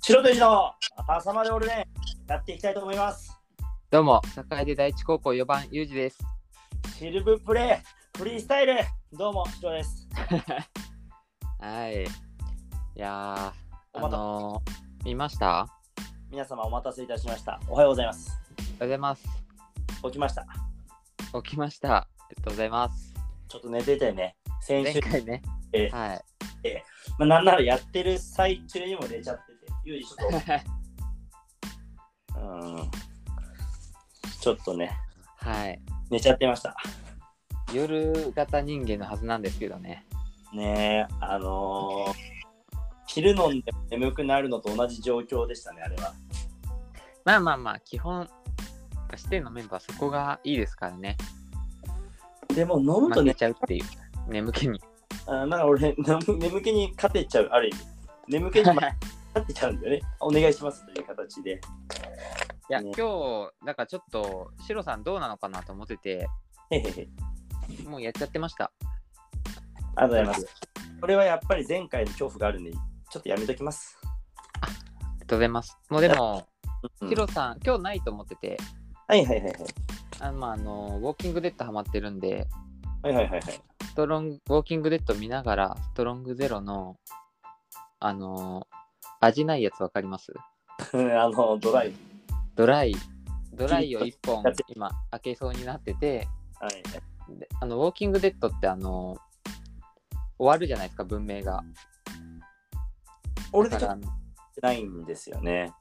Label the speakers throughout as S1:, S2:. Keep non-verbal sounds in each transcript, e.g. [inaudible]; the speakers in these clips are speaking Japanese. S1: 白と石の朝まで俺ね、やっていきたいと思います。
S2: どうも、坂出第一高校4番ゆうじです。
S1: シルブプレイ、フリースタイル、どうも、白です。
S2: はい。いやー、
S1: お
S2: あ
S1: 待た
S2: のー、見ました
S1: 皆様お待たせいたしました。おはようございます。
S2: おはようございます。
S1: 起きました。
S2: 起きました。ありがとうございます。
S1: ちょっと寝てたよね。先
S2: 前
S1: 週、
S2: 回ね。
S1: えー
S2: はい。
S1: まあ、なんならやってる最中にも寝ちゃってて、ゆうじちょっ
S2: [laughs]
S1: と、うん、ちょっとね、
S2: はい。
S1: 寝ちゃってました。
S2: 夜型人間のはずなんですけどね。
S1: ねえ、あのー昼飲んでも眠くなるのと同じ状況でしたね、あれは。
S2: まあまあまあ、基本、指定のメンバーそこがいいですからね。
S1: でも飲むと
S2: 負
S1: ね
S2: け、ちゃうっていう。眠気に。
S1: あなんか俺、 [laughs] 眠眠気に勝てちゃう、ある意味。眠気 [laughs] に勝てちゃうんだよね。お願いしますという形で。
S2: いや、
S1: ね
S2: 今日、だからちょっと、シロさんどうなのかなと思ってて、
S1: へへへ。
S2: もうやっちゃってました。
S1: ありがとうございます。これはやっぱり前回の恐怖があるんで、ちょっとやめときます。
S2: ありがとうございます。もうでも、
S1: うん
S2: シロさん、今日ないと思ってて、
S1: はいはいはいはい。
S2: あまあ、あのウォーキングデッドハマってるんで
S1: はいはいはいはい。
S2: ストロングウォーキングデッド見ながらストロングゼロのあの味ないやつわかります
S1: あの、ドライブ。
S2: ドライドライを1本
S1: やって
S2: 今開けそうになってて
S1: はい。
S2: であのウォーキングデッドってあの終わるじゃないですか文明が
S1: 俺
S2: だ
S1: で
S2: か
S1: ちょっ
S2: らあの
S1: とないんですよね。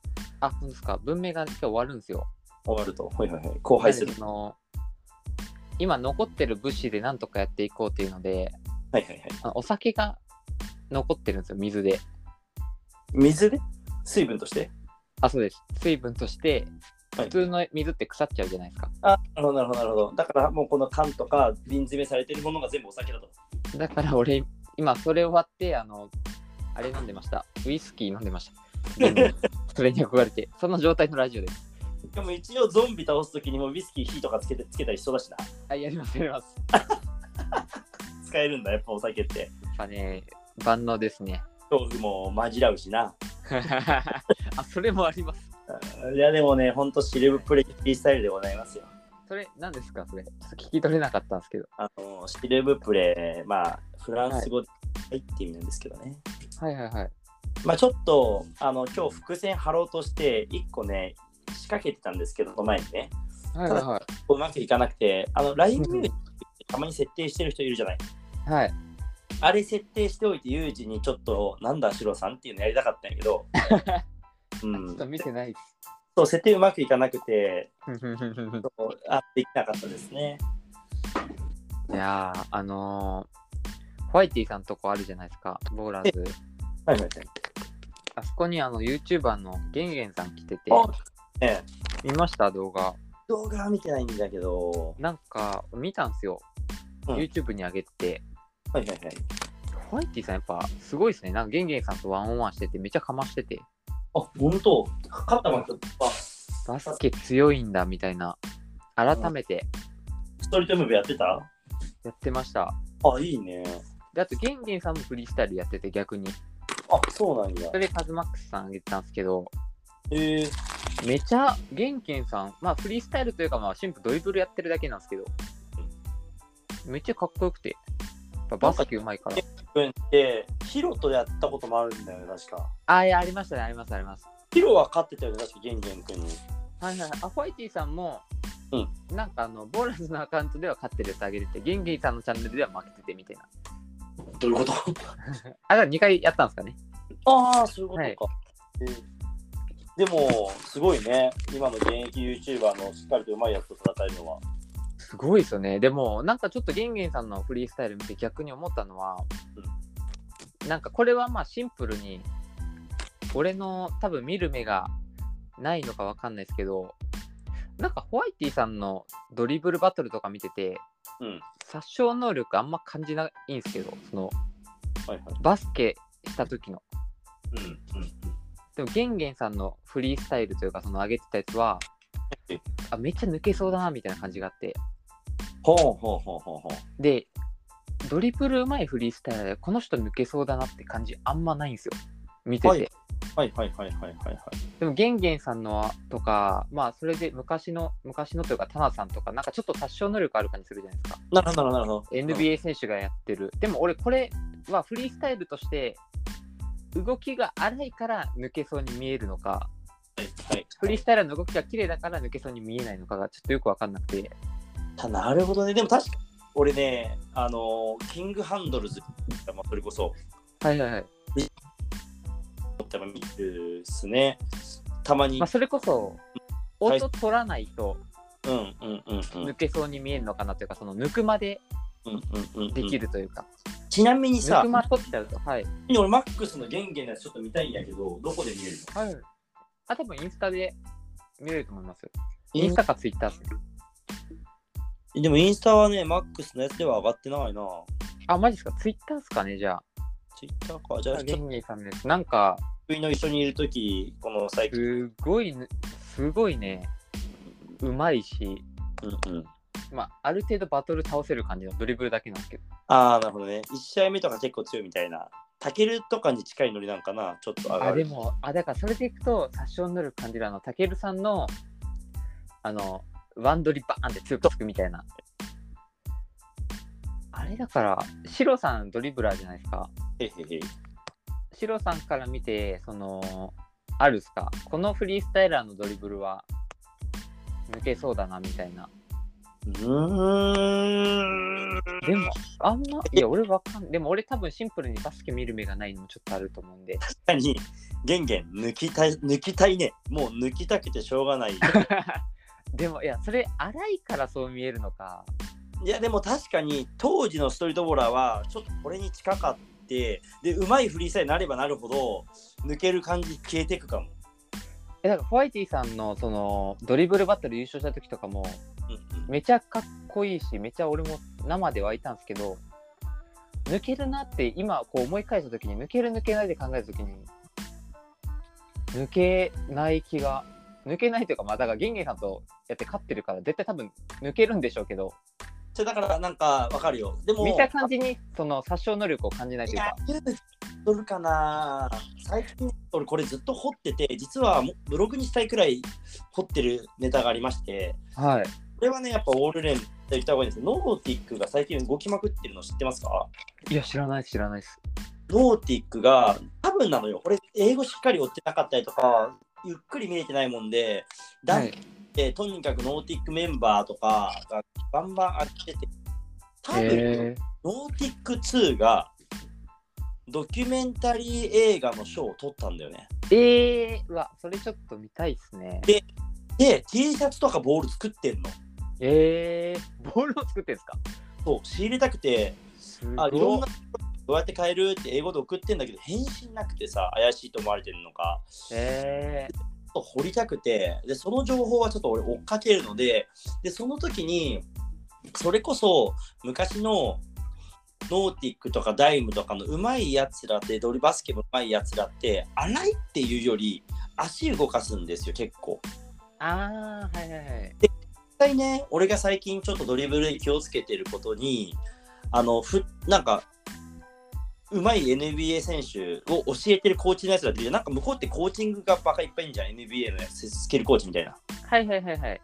S2: あそうですか文明が今日終わるんですよ
S1: 終わると。はいはいはい。後輩する
S2: なので。その今残ってる物資でなんとかやっていこうっていうので
S1: はいはいはい。
S2: あのお酒が残ってるんですよ水で
S1: 水で水分として。
S2: あ、そうです。水分として、
S1: はい
S2: 普通の水って腐っちゃうじゃないですか。
S1: あ、なるほどなるほどなるほど。だからもうこの缶とか瓶詰めされてるものが全部お酒だと。
S2: だから俺、今それ終わって、あの、あれ飲んでました。ウイスキー飲んでました。で
S1: [laughs]
S2: もそれに憧れて、その状態のラジオです。
S1: でも一応ゾンビ倒すときにもウイスキー火とかつけてつけたりしそうだしな。
S2: はい、やります、やります。
S1: 使えるんだ、やっぱお酒って。
S2: やっぱね、万能ですね。 [laughs]
S1: 恐怖も紛らうしな。
S2: あ、それもあります。
S1: いやでもね、ほんとシルブプレイフリースタイルでございますよ。
S2: それ、何ですか、それ。ちょっと聞き取れなかったんですけど。
S1: あのシルブプレイ、まあフランス語で「はい」って意味なんですけどね。
S2: はいはいはい。
S1: まあちょっとあの今日伏線張ろうとして1個ね仕掛けてたんですけど前にね
S2: はいはいは
S1: うまくいかなくてあの LINE ミュージッ
S2: い
S1: クってたまに設定してる人いるじゃない。。
S2: はい。
S1: あれ設定しておいてユージにちょっとなんだシロさんっていうのやりたかったんやけ
S2: [laughs]
S1: ど、う
S2: ちょっ
S1: ん
S2: と、見てないです。
S1: そう設定うまくいかなくて
S2: い
S1: そうあできなかったですね。
S2: やー、あのー、ホワイティさんとこあるじゃないですか、ボーラーズ。
S1: はいはい
S2: あそこにあの YouTuber のゲンゲンさん来てて、
S1: はい。あね
S2: 見ました動画。
S1: 動画は見てないんだけど、
S2: なんか見たんすよ。
S1: うん
S2: YouTube に上げてて。
S1: はいはいはい。
S2: ホワイティさんやっぱすごいですね。なんかゲンゲンさんとワンオンワンしててめちゃかましてて、
S1: あ、本当勝ったばっかあ、
S2: バスケ強いんだみたいな、改めて
S1: ストリートムーブやってた
S2: やってました。
S1: あ、いいね。
S2: で、あとゲンゲンさんもフリースタイルやってて逆に。
S1: あ、そうなんや
S2: そ。れでカズマックスさん上げてたんですけど、
S1: えー、
S2: めちゃゲンゲンさん、まあフリースタイルというかまあシンプルドリブルやってるだけなんですけど、めっちゃかっこよくて、やっぱバスケうまいから。
S1: 分って、ヒロとやったこともあるんだよね、確か。
S2: あ、いや、ありましたね、あります、あります。
S1: ヒロは勝ってたよね、確か、ゲンゲン君に。
S2: はいはい、アファイティさんも、
S1: うん
S2: なんかあのボーラスのアカウントでは勝ってるってあげててゲンゲンさんのチャンネルでは負けててみたいな
S1: どういうこと
S2: あだから2回やったんですかね
S1: ああ、そういうことか。えーでも、すごいね、今の現役 YouTuber のしっかりとうまいやつと戦えるのは。
S2: すごいですよねでもなんかちょっとゲンゲンさんのフリースタイル見て逆に思ったのは、なんかこれはまあシンプルに俺の多分見る目がないのかわかんないですけどなんかホワイティさんのドリブルバトルとか見てて、
S1: うん
S2: 殺傷能力あんま感じないんですけどその
S1: はいはい。
S2: バスケした時の
S1: うん、うん。
S2: でもゲンゲンさんのフリースタイルというかその上げてたやつは
S1: え
S2: あめっちゃ抜けそうだなみたいな感じがあって
S1: ほうほうほうほうほう。
S2: でドリブルうまいフリースタイルでこの人抜けそうだなって感じあんまないんですよ見てて、
S1: はいはいはいはいはいはいはい。
S2: でもゲンゲンさんのとかまあそれで昔の昔のというかタナさんとかなんかちょっと殺傷能力ある感じするじゃないですか
S1: なるほどなるほど。
S2: NBA 選手がやってる、でも俺これはフリースタイルとして動きが荒いから抜けそうに見えるのか
S1: はいはい。
S2: フリースタイルの動きが綺麗だから抜けそうに見えないのかがちょっとよく分かんなくて
S1: たなるほどね。でも確か俺ね、あのーキングハンドルズ、まあ、それこそ、
S2: はいはいはい、
S1: 多分見るっすね。たまに、
S2: まあ、それこそ
S1: はい
S2: 音取らないと
S1: うんうんうんうん。
S2: 抜けそうに見えるのかなというかその抜くまで
S1: うんうんうん
S2: できるというか、
S1: ちなみに
S2: 抜
S1: さ
S2: く、ま取っちゃうとはい
S1: 俺マックスの元気なやつちょっと見たいんやけど、どこで見れる
S2: はい。あ、多分インスタで見れると思いますよ。
S1: の
S2: インスタかツイッターっすね
S1: でもインスタはね、マックスのやつでは上がってないな。
S2: あ、マジですかツイッターっすかねじゃあ。
S1: ツイッターか。じゃあ、ち
S2: ゲ
S1: ょっと
S2: ンゲンさんです。なんか、
S1: 君の一緒にいるとき、この最近。
S2: すごいぬ、すごいね、うまいし、
S1: うんうん、
S2: まあ、ある程度バトル倒せる感じのドリブルだけなんですけど。
S1: ああ、なるほどね。1試合目とか結構強いみたいな。タケルとかに近いノリなんかな、ちょっと上が
S2: あ、で
S1: る。
S2: も、あ、だからそれでいくと、殺傷能力感じるあの、たけるさんの、あの、ワンドリバーンって強くつくみたいな。あれだから、シロさんドリブラーじゃないですか。
S1: へへへ。
S2: シロさんから見て、その、あるっすか、このフリースタイラーのドリブルは抜けそうだなみたいな。
S1: うーん。
S2: でも、あんま、いや、俺わかんでも俺多分シンプルにバスケ見る目がないのもちょっとあると思うん [laughs] で。
S1: 確かに、ゲンゲン、抜きたい、抜きたいね。もう抜きたくてしょうが
S2: [laughs]
S1: ない。
S2: でも、いや、それ、荒いからそう見えるのか。
S1: いやでも確かに当時のストリートボーラーはちょっとこれに近かってでうまいフリーさえなればなるほど抜ける感じ消えてくかも。
S2: え、だからホワイティさんの、その、ドリブルバトル優勝した時とかも、
S1: うんうん
S2: めちゃかっこいいし、めちゃ俺も生で湧いたんですけど、抜けるなって今こう思い返した時に、抜ける抜けないで考えた時に、抜けない気が、抜けないというか、まあだからゲンゲンさんとやって勝ってるから、絶対多分抜けるんでしょうけど、
S1: それだからなんかわかるよ。でも
S2: 見た感じにその殺傷能力を感じないと
S1: い
S2: いう
S1: や
S2: か、
S1: 取るかな最近俺これずっと掘ってて実はもうブログにしたいくらい掘ってるネタがありまして
S2: はい。
S1: これはねやっぱオールレンって言った方がいいんですけどノーティックが最近動きまくってるの知ってますか
S2: いや、知らないです、知らないです。
S1: ノーティックが多分なのよ。これ英語しっかり追ってなかったりとか、ゆっくり見れてないもんで、ダン
S2: はい
S1: クって、とにかくノーティックメンバーとかがバンバン飽きてて、多分、
S2: へ
S1: ノーティック2がドキュメンタリー映画の賞を取ったんだよね。
S2: えー、えー、うわ、それちょっと見たいですね。
S1: で、T シャツとかボール作ってんの。
S2: えー、ボールを作ってんですか
S1: そう、仕入れたくて、
S2: すごい
S1: あいろんなどうやって買えるって英語で送ってんだけど、返信なくてさ、怪しいと思われてるのか。
S2: えー、
S1: ちょっと掘りたくてでその情報はちょっと俺追っかけるのででその時にそれこそ昔のノーティックとかダイムとかのうまいやつらってドリバスケもうまいやつらって荒いっていうより足動かすんですよ結構。
S2: あー、はいはいはい。
S1: 実際ね俺が最近ちょっとドリブルで気をつけてることにあのふなんかうまい NBA 選手を教えてるコーチのやつらっているじゃんなんか向こうってコーチングがバカいっぱいいるんじゃん NBA のやつスキルコーチみたいな。
S2: はいはいはいはい。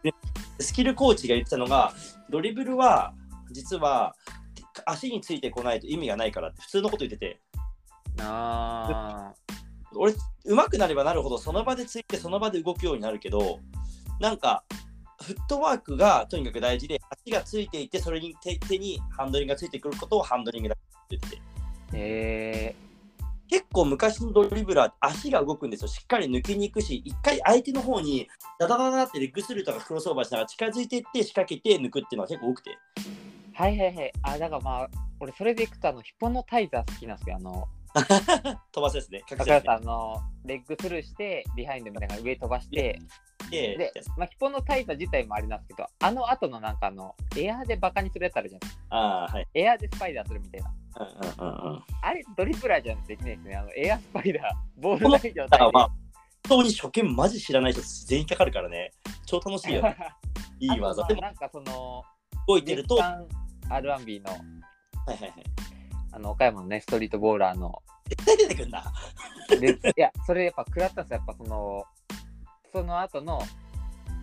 S1: スキルコーチが言ってたのが、ドリブルは実は足についてこないと意味がないからって普通のこと言ってて、
S2: あ
S1: 俺、上手くなればなるほどその場でついてその場で動くようになるけど、なんか、フットワークがとにかく大事で、足がついていて、それに手手にハンドリングがついてくることをハンドリングだって言ってて、
S2: ーへえ
S1: 結構昔のドリブラー、足が動くんですよ。しっかり抜きに行くし、一回相手の方にダダダダってレッグスルーとかクロスオーバーしながら近づいていって仕掛けて抜くっていうのは結構多くて。
S2: はいはいはいあだからまあ俺それでいくとあのヒポノタイザー好きなんですけどあの
S1: 飛ばすですね。隠
S2: 高
S1: すや
S2: 橋
S1: つね
S2: さんあのレッグスルーしてビハインドみたいなの上飛ばして
S1: で
S2: で、まあ、ヒポノタイザー自体もあれなんですけどあの後のなんかあのエアーでバカにするやつあるじゃないですか
S1: ああ、はい。
S2: エアーでスパイダーするみたいな
S1: うんうんうんうん。
S2: あれドリブラーじゃできないですねあのエアースパイダーボールない
S1: だ
S2: 状
S1: か
S2: 態
S1: らまあ、本当に初見マジ知らない人全員かかるからね。超楽しい
S2: で。
S1: よいい技。
S2: あ
S1: でも
S2: とまあなんかその
S1: 動いてると、は
S2: 月刊 R1B の
S1: いはいはい。
S2: あの岡山のねストリートボーラーの
S1: 絶対出てくんな。
S2: でいやそれやっぱ食らったんですよやっぱそのその後の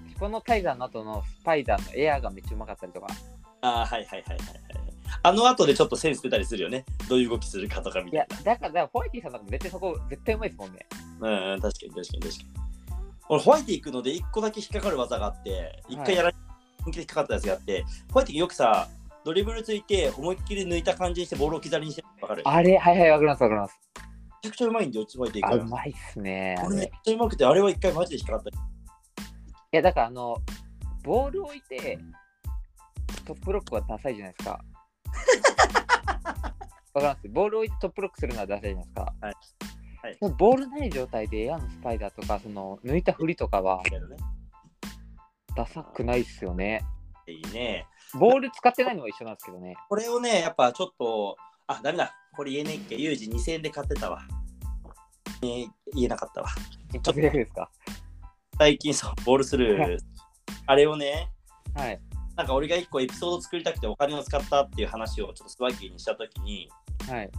S2: ヒポノタイザーの後のスパイダーのエアーがめっちゃうまかったりとか
S1: あーはいはいはいはいはい。あの後でちょっとセンス出たりするよね。どういう動きするかとかみ
S2: い
S1: たい
S2: やだからだからホワイティさんとかも絶対そこ絶対うまいですもんね
S1: な。うんうん、確かに確かに確かに。俺、ホワイティ行くので1個だけ引っかかる技があって、1回やら、本気で引っかかったやつがあって、ホワイティよくさ、ドリブルついて思いっきり抜いた感じにしてボールを置き去りにしてるのわかる。め
S2: あれはいはいわかりますわかります
S1: ちゃくちゃうまいんだよ、ホワイティ行
S2: あ
S1: く
S2: う
S1: の。
S2: まいっすねあ
S1: これめっ
S2: れ
S1: ちゃうまくて、あれは1回マジで引っかかった。
S2: いやだからあのボールを置いてトップロックはダサいじゃないですかわかりますボールを置いてトップロックするのはダサいじゃないですか
S1: はいはい
S2: でもボールない状態でエアのスパイダーとかその抜いた振りとかは
S1: みたいなね。
S2: ダサくないっすよね
S1: いいね。
S2: ボール使ってないのは一緒なんですけどね
S1: これをね、やっぱちょっと、あ、ダメだ。これ言えねえっけ。ユージ2000円で買ってたわ。えー言えなかったわ。
S2: 一発ギャグですか
S1: 最近そう、ボールスルー。あれをね、
S2: はい
S1: なんか俺が一個エピソード作りたくてお金を使ったっていう話をちょっとスワッキーにしたときに、
S2: はい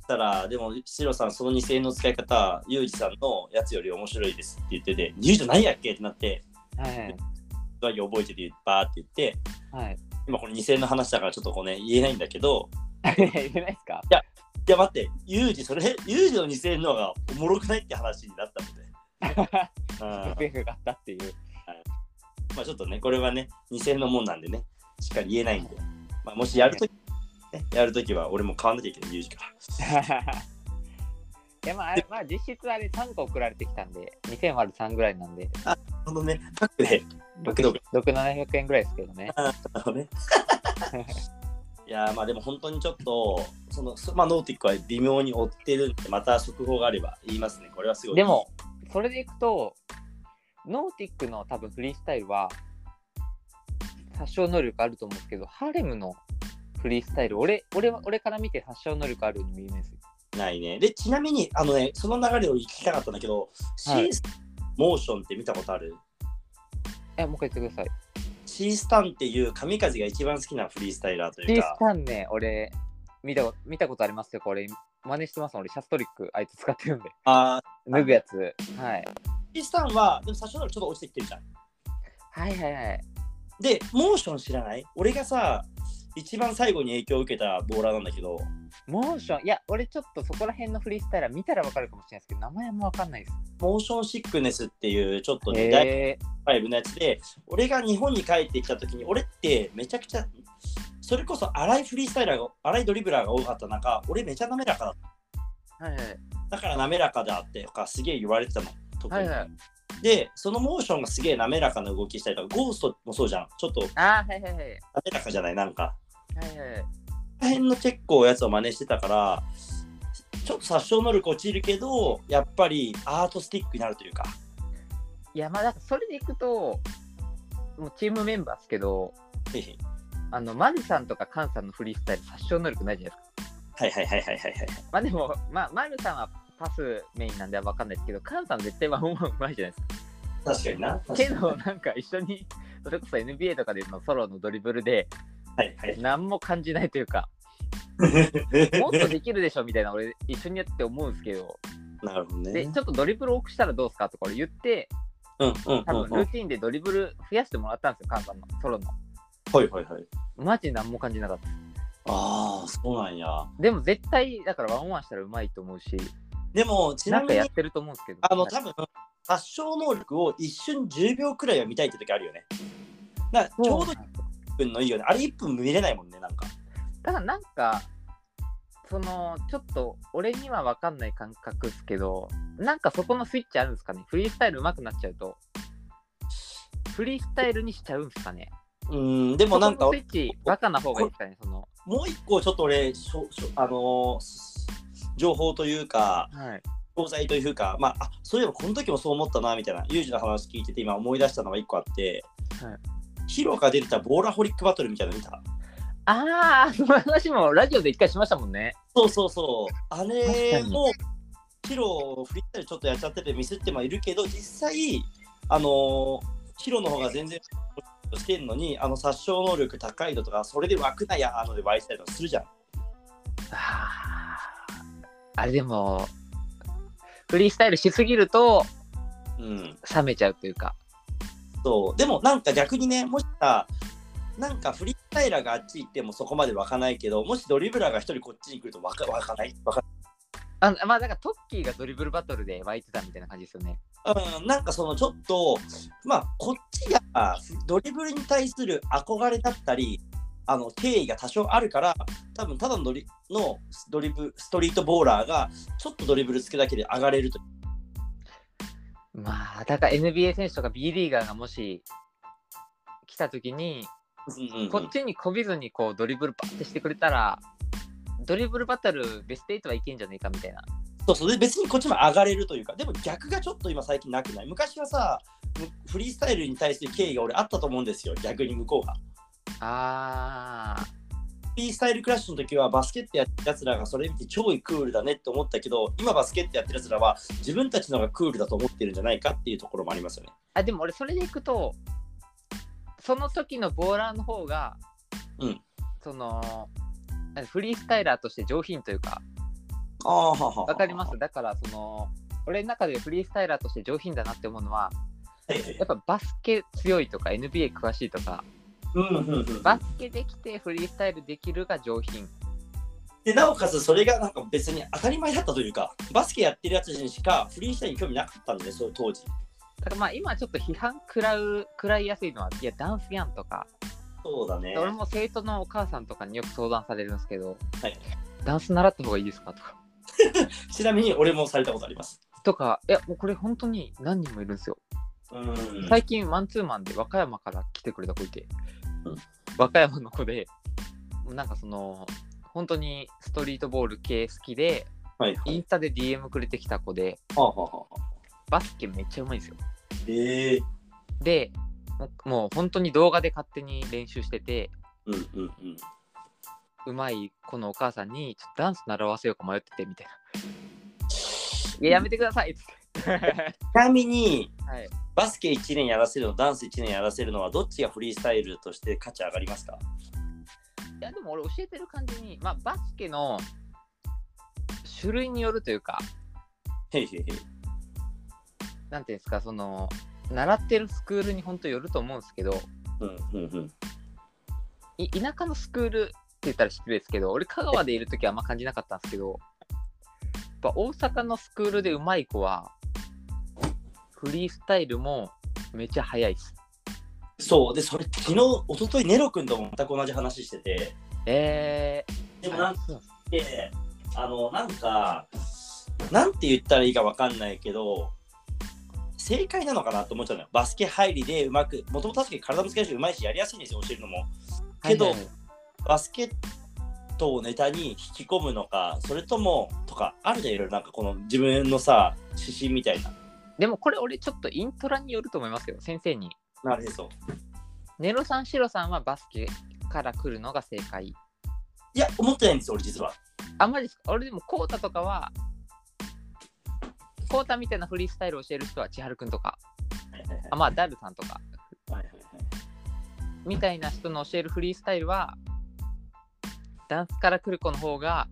S1: したら、でも、シロさん、その2000円の使い方、ユージさんのやつより面白いですって言ってて、ユージ何やっけってなって、
S2: はい
S1: スワッキー覚えてて、バーって言って、
S2: はい [laughs]
S1: 今これ2000円の話だからちょっとこうね、言えないんだけど、
S2: 言えないですか
S1: いや待って、ユージ、それ、 [laughs] ユージの2000円の方がおもろくないって話になったので。あ
S2: ギャグがあったっていう [laughs]
S1: まあちょっとね、これはね、2000円のもんなんでね、しっかり言えないんで。まあ、もしやるとき、ね、やるときは俺も買わなきゃいけない、ユージから。 [laughs]
S2: いやまああれまあ実質あれ3個送られてきたんで2003ぐらいなんで
S1: あのね、パックで、 [laughs]
S2: 6 700円ぐらいですけどね
S1: あのね。 [laughs] いやーまあでも本当にちょっと、その、そまあ、ノーティックは微妙に追ってるんで、また速報があれば言いますね。これはすごい。
S2: でも、それでいくとノーティックの多分フリースタイルは殺傷能力あると思うんですけどハーレムのフリースタイル俺俺は俺から見て殺傷能力あるように見えないですよ
S1: ないね。で、ちなみに、あのね、その流れを聞きたかったんだけど、シ
S2: はい
S1: ース、モーションって見たことある
S2: えもう一回言ってください
S1: シースタンっていう神風が一番好きなフリースタイラーと
S2: シ
S1: い
S2: ー
S1: う
S2: ス
S1: か、
S2: タンね俺見たこと見たことありますよこれ真似してます俺シャストリックあいつ使ってるんで
S1: あ
S2: 脱ぐやつ、はい、
S1: ーシースタンは、でも最初からちょっと落ちてきてるじゃん。
S2: はいはいはい
S1: で、モーション知らない俺がさ、一番最後に影響を受けたボーラーなんだけど、
S2: モーションいや俺ちょっとそこら辺のフリースタイルは見たらわかるかもしれないですけど名前もわかんないです
S1: モーションシックネスっていうちょっとね、第
S2: へ
S1: 5のやつで、俺が日本に帰ってきた時に、俺ってめちゃくちゃ、それこそ荒いフリースタイラーが、荒いドリブラーが多かった中、俺めちゃ滑らかだった。
S2: ーはいはい
S1: だから滑らかだってとかすげえ言われてたの。特に
S2: はいはい
S1: で、そのモーションがすげえ滑らかな動きしたりとか、ゴーストもそうじゃん。ちょっと
S2: あーはいはいはい
S1: 滑らかじゃないなんか
S2: はいはいはい
S1: この辺の結構やつを真似してたからちょっと殺傷能力落ちるけどやっぱりアートスティックになるというか
S2: いやまあだからそれでいくともうチームメンバーですけど
S1: へいへい
S2: あのマジさんとかカンさんのフリースタイル殺傷能力ないじゃないです
S1: はいはいはいはいはいはい
S2: かまあでもまあマルさんはパスメインなんでわかんないですけどカンさん絶対ワンワンうまいじゃないですか
S1: 確かにな確か
S2: け
S1: に
S2: どなんか一緒にそれこそ NBA とかでのソロのドリブルで
S1: はいはい
S2: 何も感じないというかもっとできるでしょみたいな俺一緒にやって思うんですけど
S1: なるほど
S2: で
S1: ね
S2: ちょっとドリブル多くしたらどうすかとか俺言って
S1: うんうん
S2: 多分
S1: うんうん
S2: ルーティンでドリブル増やしてもらったんですよカンさんのソロの
S1: はいはいはい
S2: マジ何も感じなかった
S1: ああそうなんや
S2: でも絶対だからワンワンしたらうまいと思うし
S1: でもち
S2: な
S1: なんみ
S2: か
S1: に
S2: やってると思うんですけど
S1: あの
S2: はい
S1: 多分殺傷能力を一瞬10秒くらいは見たいって時あるよねだからちょうど1分のいいよねあれ1分見れないもんねなんか
S2: ただなんかそのちょっと俺には分かんない感覚ですけどなんかそこのスイッチあるんですかねフリースタイル上手くなっちゃうとフリースタイルにしちゃうんですかね
S1: うんでもなんか
S2: そこのスイッチバカな方がいいですかねその
S1: もう一個ちょっと俺しょしょあのーす情報というか
S2: はい
S1: 教材というかまああそういえばこの時もそう思ったなみたいなユージの話聞いてて今思い出したのが一個あって、
S2: はい
S1: ヒロが出てたボーラホリックバトルみたいなの見た
S2: ああその話もラジオで一回しましたもんね
S1: そうそうそうあれ
S2: 確か
S1: もヒロフリースタイルちょっとやっちゃっててミスってもいるけど実際あのーヒロの方が全然してんのにあの殺傷能力高いのとかそれで枠なやあので湧いてたりとかするじゃん
S2: あーあれでもフリースタイルしすぎると
S1: うん、
S2: 冷めちゃうというか
S1: そうでもなんか逆にねもしさなんかフリースタイラーがあっち行ってもそこまで湧かないけどもしドリブラーが一人こっちに来ると湧か湧かない湧か
S2: あまあだからトッキーがドリブルバトルで湧いてたみたいな感じですよね
S1: うん、なんかそのちょっとまあこっちがドリブルに対する憧れだったりあの敬意が多少あるから多分ただのドリのドリブストリートボーラーがちょっとドリブルつけだけで上がれると
S2: まあだから NBA 選手とか B リーガーがもし来た時に
S1: うんうんうん
S2: こっちにこびずにこうドリブルバッてしてくれたらドリブルバトルベスト8はいけんじゃねえかみたいな
S1: そうそうで別にこっちも上がれるというかでも逆がちょっと今最近なくない昔はさむフリースタイルに対する敬意が俺あったと思うんですよ逆に向こうが。
S2: あー
S1: フリースタイルクラッシュの時はバスケットやってるやつらがそれ見て超クールだねって思ったけど今バスケットやってるやつらは自分たちの方がクールだと思ってるんじゃないかっていうところもありますよね。
S2: あでも俺それでいくとその時のボーラーの方が、
S1: うん
S2: そのなんかフリースタイラーとして上品というか
S1: ああ
S2: わかりますだからその俺の中でフリースタイラーとして上品だなって思うのはやっぱバスケ強いとか NBA 詳しいとか
S1: うんうんうん、
S2: バスケできてフリースタイルできるが上品
S1: でなおかつそれがなんか別に当たり前だったというかバスケやってるやつにしかフリースタイルに興味なかったんでねそう当時。
S2: だからまあ今ちょっと批判食らう食らいやすいのはいやダンスやんとか
S1: そうだね。
S2: 俺も生徒のお母さんとかによく相談されるんですけど、
S1: はい
S2: ダンス習った方がいいですかとか
S1: ちなみに俺もされたことあります。
S2: とかいやもうこれ本当に何人もいるんですよ
S1: うん
S2: 最近マンツーマンで和歌山から来てくれた子いて、
S1: うん
S2: 和歌山の子でなんかその本当にストリートボール系好きで
S1: はいは
S2: イ
S1: い。
S2: ンスタで DM くれてきた子で
S1: はあはあはあ
S2: バスケめっちゃうまいんですよ
S1: ええ
S2: でももう本当に動画で勝手に練習してて
S1: うんうんうん。
S2: うまい子のお母さんにちょっとダンス習わせようか迷っててみたいな「いややめてください」っつって、
S1: ちなみに
S2: はい、
S1: バスケ1年やらせるのダンス1年やらせるのはどっちがフリースタイルとして価値上がりますか
S2: いやでも俺教えてる感じに、まあ、バスケの種類によるというか
S1: へいへいへい。
S2: なんていうんですかその習ってるスクールに本当よると思うんですけど
S1: うんうんうん。
S2: い田舎のスクールって言ったら失礼ですけど俺香川でいる時はあんま感じなかったんですけどやっぱ大阪のスクールでうまい子はフリースタイルもめちゃ速いです
S1: そう、で、それ昨日、一昨日ネロ君とも全く同じ話してて、
S2: えー、
S1: でもなん
S2: あそう
S1: て、あの、なんか、なんて言ったらいいかわかんないけど、正解なのかなと思っちゃうのよ。バスケ入りでうまく、もともと確かに体もつけるし、うまいし、やりやすいんですよ、教えるのも。けど
S2: はいはいはい
S1: バスケットをネタに引き込むのか、それとも、とか、あるじゃん、いろいろなんかこの自分のさ、指針みたいな。
S2: でもこれ俺ちょっとイントラによると思いますけど先生に
S1: なるへそ。
S2: ネロさんシロさんはバスケから来るのが正解
S1: いや、思ってないんですよ、俺実は。
S2: あんまり俺でもコウタとかはコウタみたいなフリースタイルを教える人は千春くんとかあまあダルさんとかみたいな人の教えるフリースタイルはダンスから来る子の方が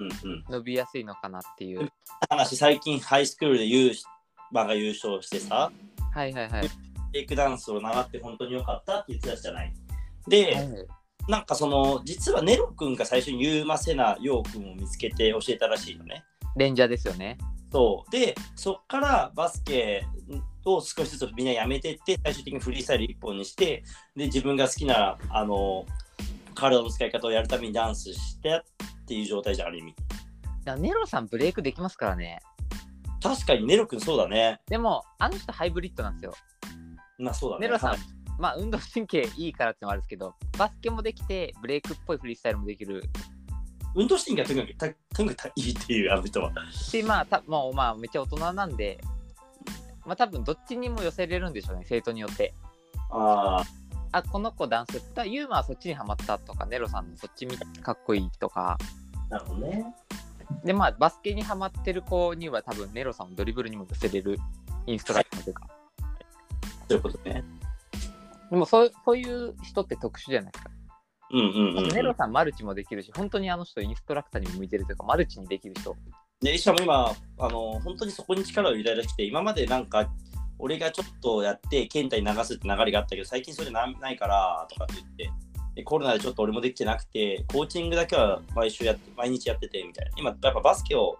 S1: うんうん、
S2: 伸びやすいのかなっていう
S1: 話最近ハイスクールで優馬が優勝してさ
S2: はいはいはい
S1: テイクダンスを習って本当に良かったって言ってたじゃないで、なんかその実はネロ君が最初にユーマセナヨウ君を見つけて教えたらしいのね
S2: レンジャーですよね
S1: そうでそっからバスケを少しずつみんなやめてって最終的にフリースタイル一本にしてで自分が好きなあの体の使い方をやるためにダンスしてっていう状態じゃんある意味
S2: だからネロさんブレイクできますからね
S1: 確かにネロ君そうだね
S2: でもあの人ハイブリッドなんですよ
S1: まあそうだね
S2: ネロさん、
S1: はい
S2: まあ運動神経いいからってのもあるんですけどバスケもできてブレイクっぽいフリースタイルもできる
S1: 運動神経がとにかくたとにかくいいっていうあの人は。
S2: しまあたもうまあめっちゃ大人なんでまあ多分どっちにも寄せれるんでしょうね生徒によって
S1: あ
S2: あこの子ダンスだユーマはそっちにはまったとかネロさんのそっちみかっこいいとか
S1: あ、なるほどね。
S2: でまあバスケにはまってる子には多分ネロさんをドリブルにも寄せれるインストラクターというか
S1: そういうことね。
S2: でもそうそういう人って特殊じゃないですか、
S1: うんうんうん。
S2: ネロさんマルチもできるし本当にあの人インストラクターにも向いてるというかマルチにできる人
S1: でしかも今あの本当にそこに力を入れられてきて今までなんか俺がちょっとやって健太に流すって流れがあったけど最近それなないからとかって言ってでコロナでちょっと俺もできてなくてコーチングだけは毎週やって毎日やっててみたいな今やっぱバスケを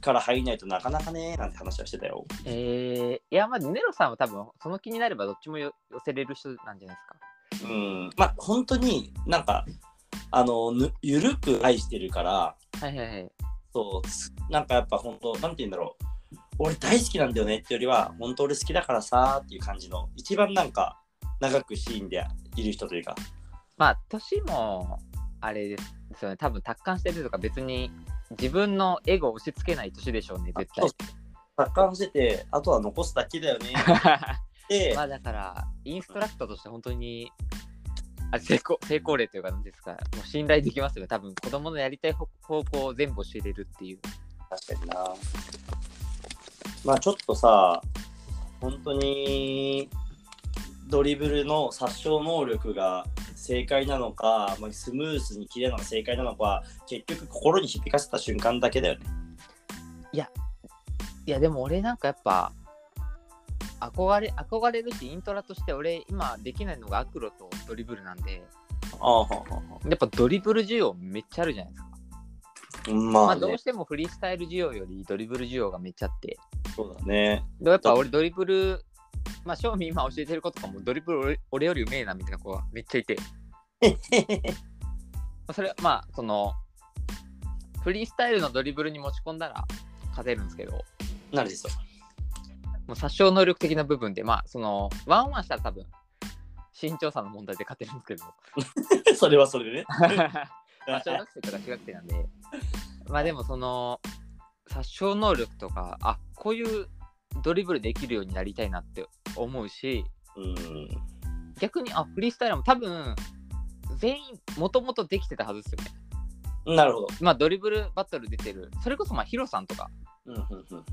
S1: から入らないとなかなかねなんて話はしてたよ
S2: えー、いや、まあ、ネロさんは多分、その気になればどっちもよ寄せれる人なんじゃないですか。
S1: うんまあ本当になんかあのぬゆるく愛してるから
S2: はいはいはい。
S1: そうつなんかやっぱ本当なんて言うんだろう俺大好きなんだよねってよりは本当俺好きだからさーっていう感じの一番なんか長くシーンでいる人というか
S2: まあ、年も、あれですよね、多分、達観してるとか、別に自分のエゴを押し付けない年でしょうね、絶対。
S1: 達観しててあとは残すだけだよねで、
S2: [laughs] まあ、だから、インストラクターとして本当に、あ成功成功例というか、なんですか、もう信頼できますよね、多分、子供のやりたい方方向を全部教えれるっていう。
S1: 確かになまあちょっとさ本当にドリブルの殺傷能力が正解なのか、まあ、スムーズに切れるのが正解なのか結局心に響かせた瞬間だけだよね
S2: いやでも俺なんかやっぱ憧れ憧れるしイントラとして俺今できないのがアクロとドリブルなんで
S1: ああはあは
S2: やっぱドリブル需要めっちゃあるじゃないですか、
S1: あま
S2: ま
S1: あ、
S2: あど
S1: ね
S2: う、してもフリースタイル需要よりドリブル需要がめっちゃあって
S1: そうだね
S2: でもやっぱ俺ドリブルまあ正味今教えてる子とかもドリブル俺俺よりうめえなみたいな子がめっちゃいてそれはまあそのフリースタイルのドリブルに持ち込んだら勝てるんですけど
S1: なるでしょ
S2: もう殺傷能力的な部分で、まあ、その、ワンオンワンしたら多分、身長差の問題で勝てるんですけど、
S1: [laughs] それはそれでね
S2: まあ小学生とか中学生なんで、まあでもその、殺傷能力とか、あこういうドリブルできるようになりたいなって思うし、
S1: うん
S2: 逆に、あフリースタイルも多分、全員もともとできてたはずですよね。
S1: なるほど
S2: まあドリブルバトル出てる、それこそまあヒロさんとか、
S1: うんうんうん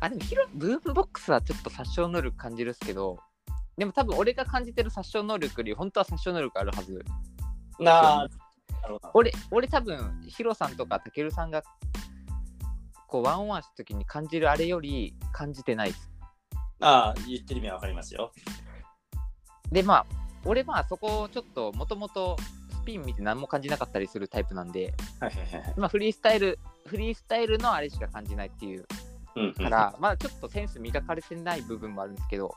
S2: あでもヒロブームボックスはちょっと殺傷能力感じるっすけどでも多分俺が感じてる殺傷能力より本当は殺傷能力あるはず
S1: うんなあなるほど
S2: 俺俺多分ヒロさんとかたけるさんがこうワンオンワンした時に感じるあれより感じてないです
S1: ああ言ってる意味はわかりますよ
S2: でまあ俺まあそこをちょっともともとスピン見て何も感じなかったりするタイプなんで
S1: はいはいはいはい
S2: まあフリースタイルフリースタイルのあれしか感じないっていう
S1: うんうん
S2: から、まあちょっとセンス磨かれてない部分もあるんですけど、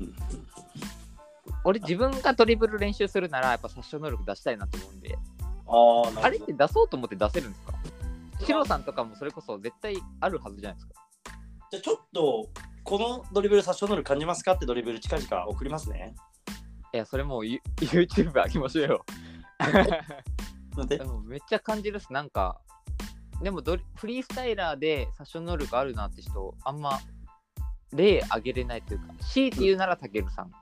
S1: うん
S2: 俺自分がドリブル練習するならやっぱ殺傷能力出したいなと思うんで
S1: ああなるほど
S2: あれって出そうと思って出せるんですかシロさんとかもそれこそ絶対あるはずじゃないですか
S1: じゃあちょっとこのドリブル殺傷能力感じますかってドリブル近々送りますね。
S2: いやそれもう You- YouTube 上げましょうよ
S1: なんで
S2: でもめっちゃ感じるっすなんかでもドリフリースタイラーで殺傷能力あるなって人あんま例挙げれないというか強いて言うならたけるさん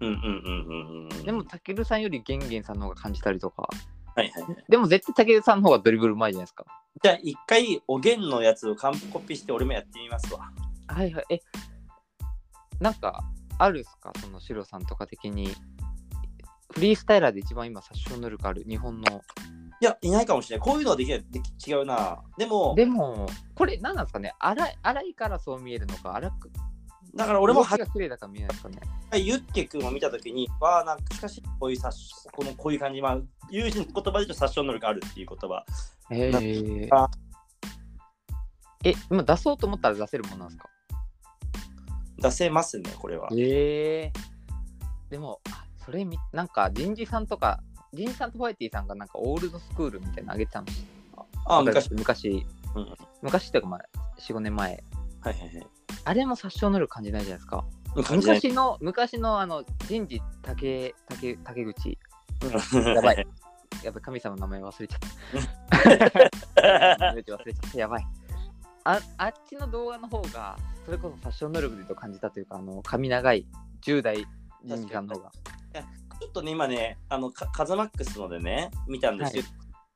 S1: うんうんうんうんうん。
S2: でもたけるさんよりゲンゲンさんの方が感じたりとか
S1: はいはいはい。
S2: でも絶対たけるさんの方がドリブルうまいじゃないですか
S1: じゃあ一回おげんのやつを完コピして俺もやってみますわ。
S2: はいはい。え、なんか、あるっすかそのシロさんとか的に。フリースタイラーで一番今殺傷能力ある日本の。
S1: いや、いないかもしれない。こういうのはできないでき違うな。でも、
S2: でも、これ何なんですかね荒い荒いからそう見えるのか、荒く。
S1: だから俺も
S2: 動
S1: は
S2: きが綺麗だから見えないですかね。
S1: ユッケ君を見たときに、わあ、なんかしかし、こういう殺傷このこういう感じ、まあ、友人の言葉で言うと殺傷能力あるっていう言葉。
S2: えー
S1: あ
S2: え、今出そうと思ったら出せるもんなんですか
S1: 出せますね、これは。
S2: えー、でも、あそれみ、なんか、人事さんとか、人事さんとホワイティさんがなんかオールドスクールみたいなのあげてたの
S1: ああ、昔。
S2: 昔、
S1: うん
S2: 昔っていうか、まあ、4、5年前。
S1: はいはい
S2: あれも殺傷能力感じないじゃないですか。
S1: はい。感じない。
S2: 昔の、昔のあの人事竹、竹、竹口。
S1: や
S2: やばい。やっぱ神様の名前忘れちゃった。忘れちゃった。やばい。ああっちの動画の方が、それこそ殺傷能力でと感じたというか、あの、髪長い10代人事さんの方が。
S1: [laughs] ちょっとね、今ね、あのカカザマックスのでね、見たんですよ。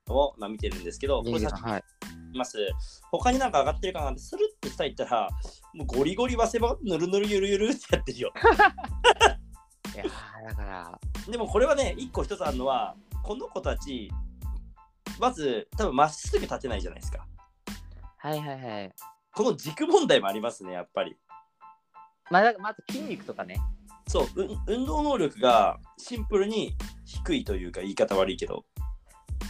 S1: を、まあ、見てるんですけど、こ
S2: 人
S1: れ
S2: 事
S1: さ
S2: さん、はい。
S1: います。他になんか上がってるかなって、スルッと下行ったら、もうゴリゴリわせば、ぬるぬるゆるゆるってやってるよ。
S2: いやーだから、
S1: でもこれはね、一個一つあるのは、この子たち、まず、多分まっすぐ立てないじゃないですか。
S2: はいはいはい。
S1: この軸問題もありますねやっぱり
S2: まあ、だからまず筋肉とかね。
S1: そう、うん運動能力がシンプルに低いというか言い方悪いけど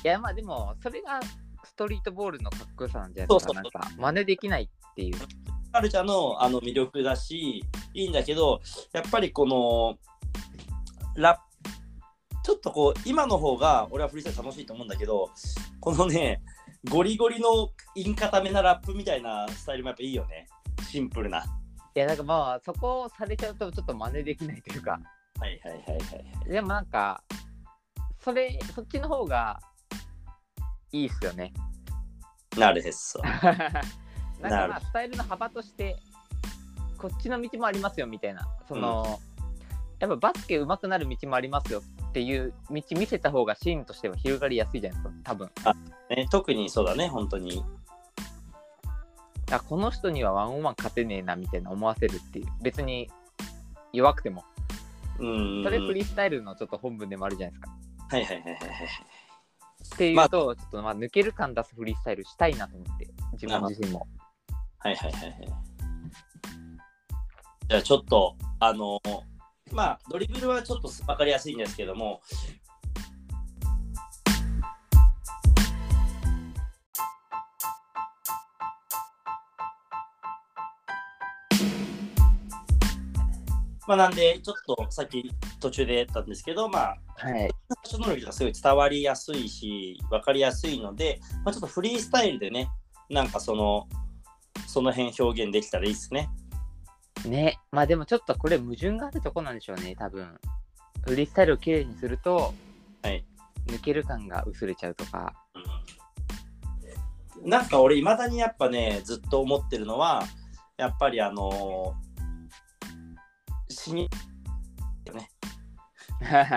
S2: いや、まあでも、それがストリートボールのかっこよさなんじゃない
S1: そう
S2: です
S1: そう
S2: か。なんか、真似できないっていう。
S1: カルチャーのあの魅力だしいいんだけどやっぱりこのラちょっとこう今の方が俺はフリースタイル楽しいと思うんだけどこのねゴリゴリのイン固めなラップみたいなスタイルもやっぱいいよねシンプルない
S2: や、だからまあ、そこをされちゃうと、ちょっと真似できないというか。
S1: はいはいはいはい
S2: でもなんか、それ、そっちの方がいいっすよね。 [laughs]
S1: なるへっそ
S2: なんか
S1: な
S2: ま
S1: る
S2: あスタイルの幅としてこっちの道もありますよみたいなその、やっぱバスケ上手くなる道もありますよっていう道見せた方がシーンとしては広がりやすいじゃないですか多分
S1: ね特にそうだね本当に
S2: あこの人にはワンオンワン勝てねえなみたいな思わせるっていう別に弱くても
S1: うん
S2: それフリースタイルのちょっと本文でもあるじゃないですか、
S1: はいはいはいはいはい
S2: っていうと、ちょっとまあ抜ける感出すフリースタイルしたいなと思って自分自身も
S1: はいはいはいはい。じゃあちょっと、あの、まあ、ドリブルはちょっと分かりやすいんですけども、まあ、なんで、ちょっとさっき途中で言ったんですけど、まあ、
S2: はい
S1: 最初能力がすごい伝わりやすいし分かりやすいので、まあ、ちょっとフリースタイルでねなんかそのその辺表現できたらいいですね
S2: ねまあでもちょっとこれ矛盾があるとこなんでしょうね多分フリースタイルをきれいにすると、
S1: はい
S2: 抜ける感が薄れちゃう
S1: [laughs]
S2: とか
S1: なんか俺いまだにやっぱねずっと思ってるのはやっぱりあのー死に [laughs]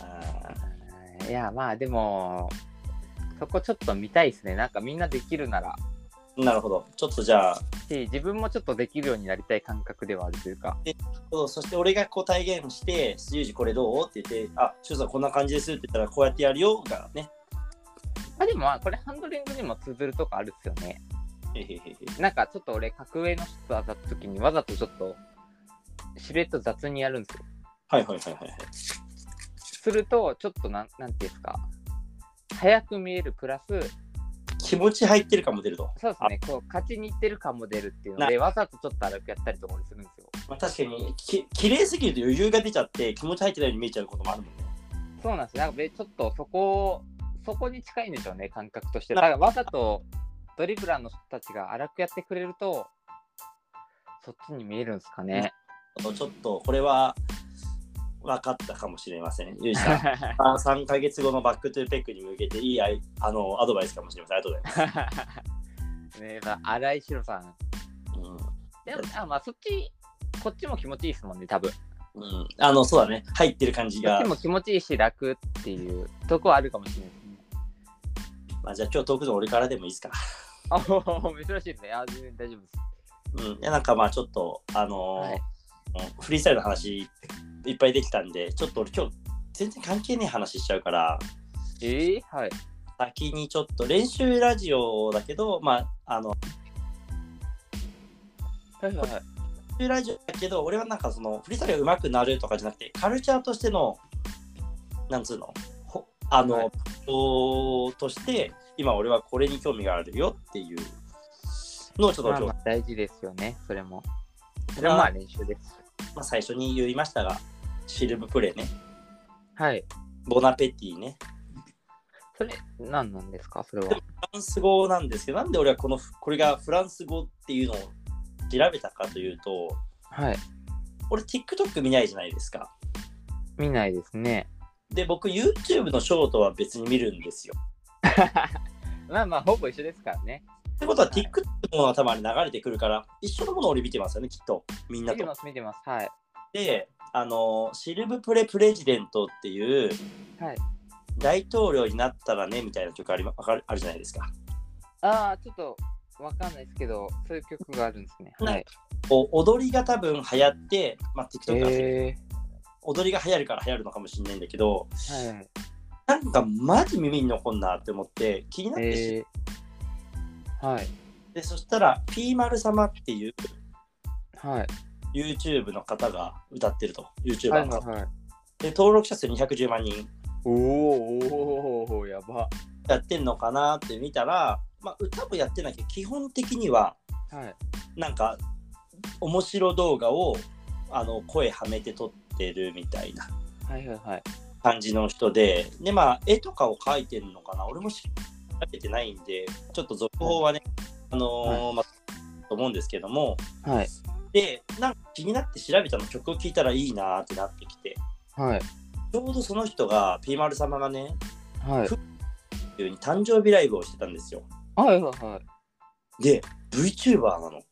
S1: あ
S2: いやまあでもそこちょっと見たいですねなんかみんなできるなら
S1: ーなるほどちょっとじゃあ
S2: し自分もちょっとできるようになりたい感覚ではあるというか
S1: そうそして俺がこう体現して「ユージこれどう?」って言って「あシュウさんこんな感じです」って言ったらこうやってやるよがね
S2: まあでもまあこれハンドリングにも通ずるとこあるっすよね
S1: へへへへ
S2: なんかちょっと俺格上の人と当たった時にわざとちょっとしれっと雑にやるんですよ
S1: はいはいはいはいはい
S2: するとちょっとなんなんていうんですか早く見えるプラス
S1: 気持ち入ってるかも出ると、
S2: そうですねこう勝ちにいってる感も出るっていうのでわざとちょっと歩くやったりとかもするんですよ
S1: まあ、確かにき綺麗すぎると余裕が出ちゃって気持ち入ってないように見えちゃうこともあるもんね
S2: そうなんですなんかべちょっとそこをそこに近いんでしょうね感覚としてだからわざとドリブラーの人たちが荒くやってくれるとそっちに見えるんですか [laughs] ね
S1: あとちょっとこれは分かったかもしれませんゆうじさん [laughs] まあ3ヶ月後のバックトゥーペックに向けていいアイあのアドバイスかもしれませんありがとうございます
S2: ねえまあ荒井志郎さん
S1: うん
S2: でもあまあそっちこっちも気持ちいいですもんね多分
S1: うん、あのそうだね入ってる感じ
S2: こっ
S1: が
S2: ち、も気持ちいいし楽っていうとこはあるかもしれないですね
S1: まあ、じゃあ今日トークの俺からでもいいですか、
S2: あおー珍しいですねあ全然大丈夫です
S1: うん、いやなんかまあちょっとあのー
S2: はい
S1: フリースタイルの話いっぱいできたんでちょっと俺今日全然関係ねえ話しちゃうから
S2: ええはい
S1: 先にちょっと練習ラジオだけど、まあ、あの
S2: はいはいはい
S1: 練習ラジオだけど俺はなんかそのフリースタイルが上手くなるとかじゃなくてカルチャーとしてのなんつうのほあの、
S2: はい
S1: ととして今俺はこれに興味があるよっていうのをちょっと
S2: まあ
S1: 今
S2: ま
S1: 日、
S2: あ大事ですよねそれもそれもまあ練習です
S1: まあ、最初に言いましたがシルブプレね
S2: はい
S1: ボナペティね
S2: それ何なんですかそれは
S1: フランス語なんですけどなんで俺はこのこれがフランス語っていうのを調べたかというと
S2: はい
S1: 俺 TikTok 見ないじゃないですか
S2: 見ないですね
S1: で僕 YouTube のショートは別に見るんですよ。
S2: まあまあほぼ一緒ですからね
S1: ってことは
S2: はい
S1: TikTok のものが多分あれ流れてくるから一緒のものを俺見てますよねきっとみんな
S2: 見て
S1: と
S2: ま。す見てますはい
S1: であのシルブプレプレジデントっていう
S2: はい
S1: 大統領になったらねみたいな曲ありまわかるあるじゃないですか。
S2: ああちょっとわかんないですけどそういう曲があるんですねはい
S1: こう踊りが多分流行って、まあ、TikTok が
S2: え
S1: 踊りが流行るから流行るのかもしれないんだけど
S2: ー、はい
S1: なんかマジ耳に残んなって思って気になってし、
S2: えー、はい
S1: でそしたら P 丸様っていう
S2: はい
S1: YouTube の方が歌ってると YouTuber
S2: はい
S1: の
S2: は
S1: 方
S2: いはい
S1: で登録者数210万人
S2: おーおーおーやば
S1: やってんのかなって見たら、まあ、歌もやってないけど基本的には
S2: はい
S1: なんか面白動画をあの声はめて撮ってるみたいな
S2: はいはいはい
S1: 感じの人ででまあ絵とかを描いてるのかな俺もしかけてないんでちょっと続報はね、あのーまあと思うんですけども
S2: はい
S1: でなんか気になって調べたの曲を聴いたらいいなーってなってきて
S2: はい
S1: ちょうどその人がピーマル様がね
S2: はい
S1: っていう風に誕生日ライブをしてたんですよ
S2: はいはいはい
S1: で VTuber なの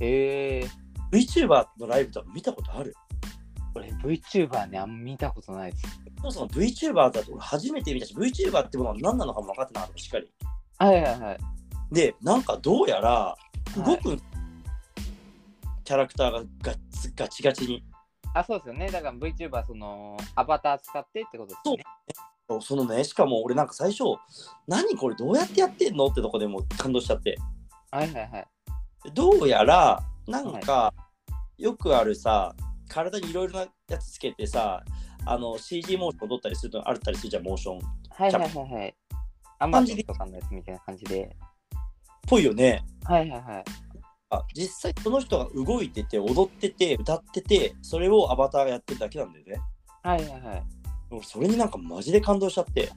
S2: えー、
S1: VTuber のライブとか見たことある
S2: 俺 VTuber ねあんま見たことないです
S1: そもそも VTuber だと俺初めて見たし VTuber ってものは何なのかも分かってなかったしっかり
S2: はいはいはい
S1: でなんかどうやら動く、キャラクターがガチガチガチに
S2: あそうですよねだから VTuber そのアバター使ってってことですよね
S1: そのねしかも俺なんか最初何これどうやってやってんのってとこでもう感動しちゃって
S2: はいはいはい
S1: どうやらなんか、よくあるさ体にいろいろなやつつけてさあの CG モーション踊ったりするのあったりするじゃんモーションっ
S2: はいはいはいはいアマゾンとかのやつみたいな感じで
S1: ぽいよね
S2: はいはいはい
S1: あ実際その人が動いてて踊ってて歌っててそれをアバターがやってるだけなんだよね
S2: はいはいはい
S1: 俺それになんかマジで感動しちゃって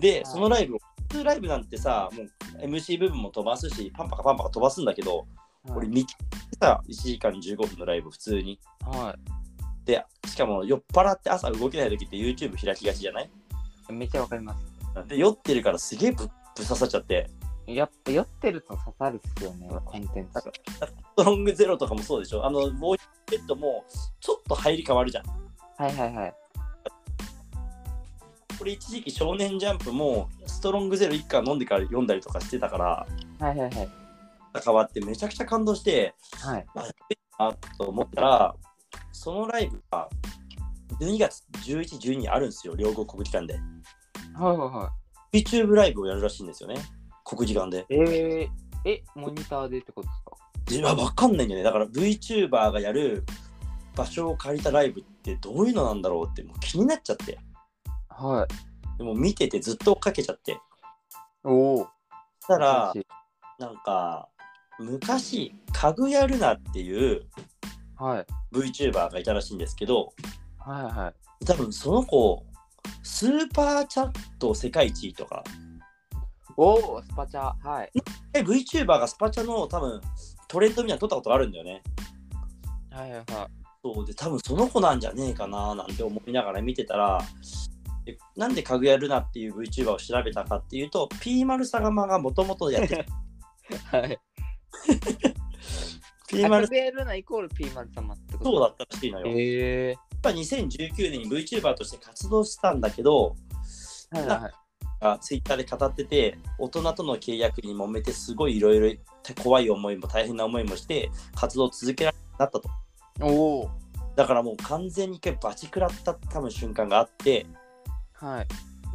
S1: で
S2: い
S1: そのライブを普通ライブなんてさもう MC 部分も飛ばすしパンパカパンパカ飛ばすんだけど、俺見切ってさ1時間15分のライブ普通に
S2: は
S1: でしかも酔っ払って朝動けない時って YouTube 開きがちじゃない
S2: いめっちゃわかります
S1: で酔ってるからすげえぶぶっ刺さっちゃって
S2: やっぱ酔ってると刺さるっすよねコンテンツ
S1: ストロングゼロとかもそうでしょあのボーイズベッドもちょっと入り変わるじゃん
S2: はいはいはい
S1: これ一時期少年ジャンプもストロングゼロ1巻飲んでから読んだりとかしてたから
S2: はいはいはい
S1: 変わってめちゃくちゃ感動して
S2: はい
S1: あと思ったらそのライブが12月11、12にあるんですよ両国国技館で
S2: はいは
S1: YouTube ライブをやるらしいんですよね国技館で
S2: いはいえー、えモニターでってことで
S1: い
S2: すか
S1: やわかんないんだよねだから VTuber がやる場所を借りたライブってどういうのなんだろうってもう気になっちゃって
S2: はい
S1: でも見ててずっと追っかけちゃって
S2: おお
S1: そしたらなんか昔かぐやるなっていう
S2: はい
S1: VTuber がいたらしいんですけど
S2: はいは
S1: 多分その子スーパーチャット世界一位とか
S2: いおおスパチャはい
S1: え VTuber がスパチャの多分トレンドみたいなの撮ったことあるんだよね
S2: はいはいはい
S1: そうで多分その子なんじゃねえかななんて思いながら見てたらでなんでかぐやるなっていう VTuber を調べたかっていうと P 丸さがまがもともとやってた
S2: はい。
S1: P
S2: ア
S1: 丸
S2: ルベルナイコールピーマル様ってこと
S1: そうだったらしいのよ、やっ
S2: へえ
S1: ぱ2019年に VTuber として活動したんだけど
S2: ー。はいはい。
S1: がツイッターで語ってて大人との契約に揉めてすごいいろいろ怖い思いも大変な思いもして活動を続けられなくなったと
S2: おお。
S1: だからもう完全に一回バチ食らった多分瞬間があって
S2: は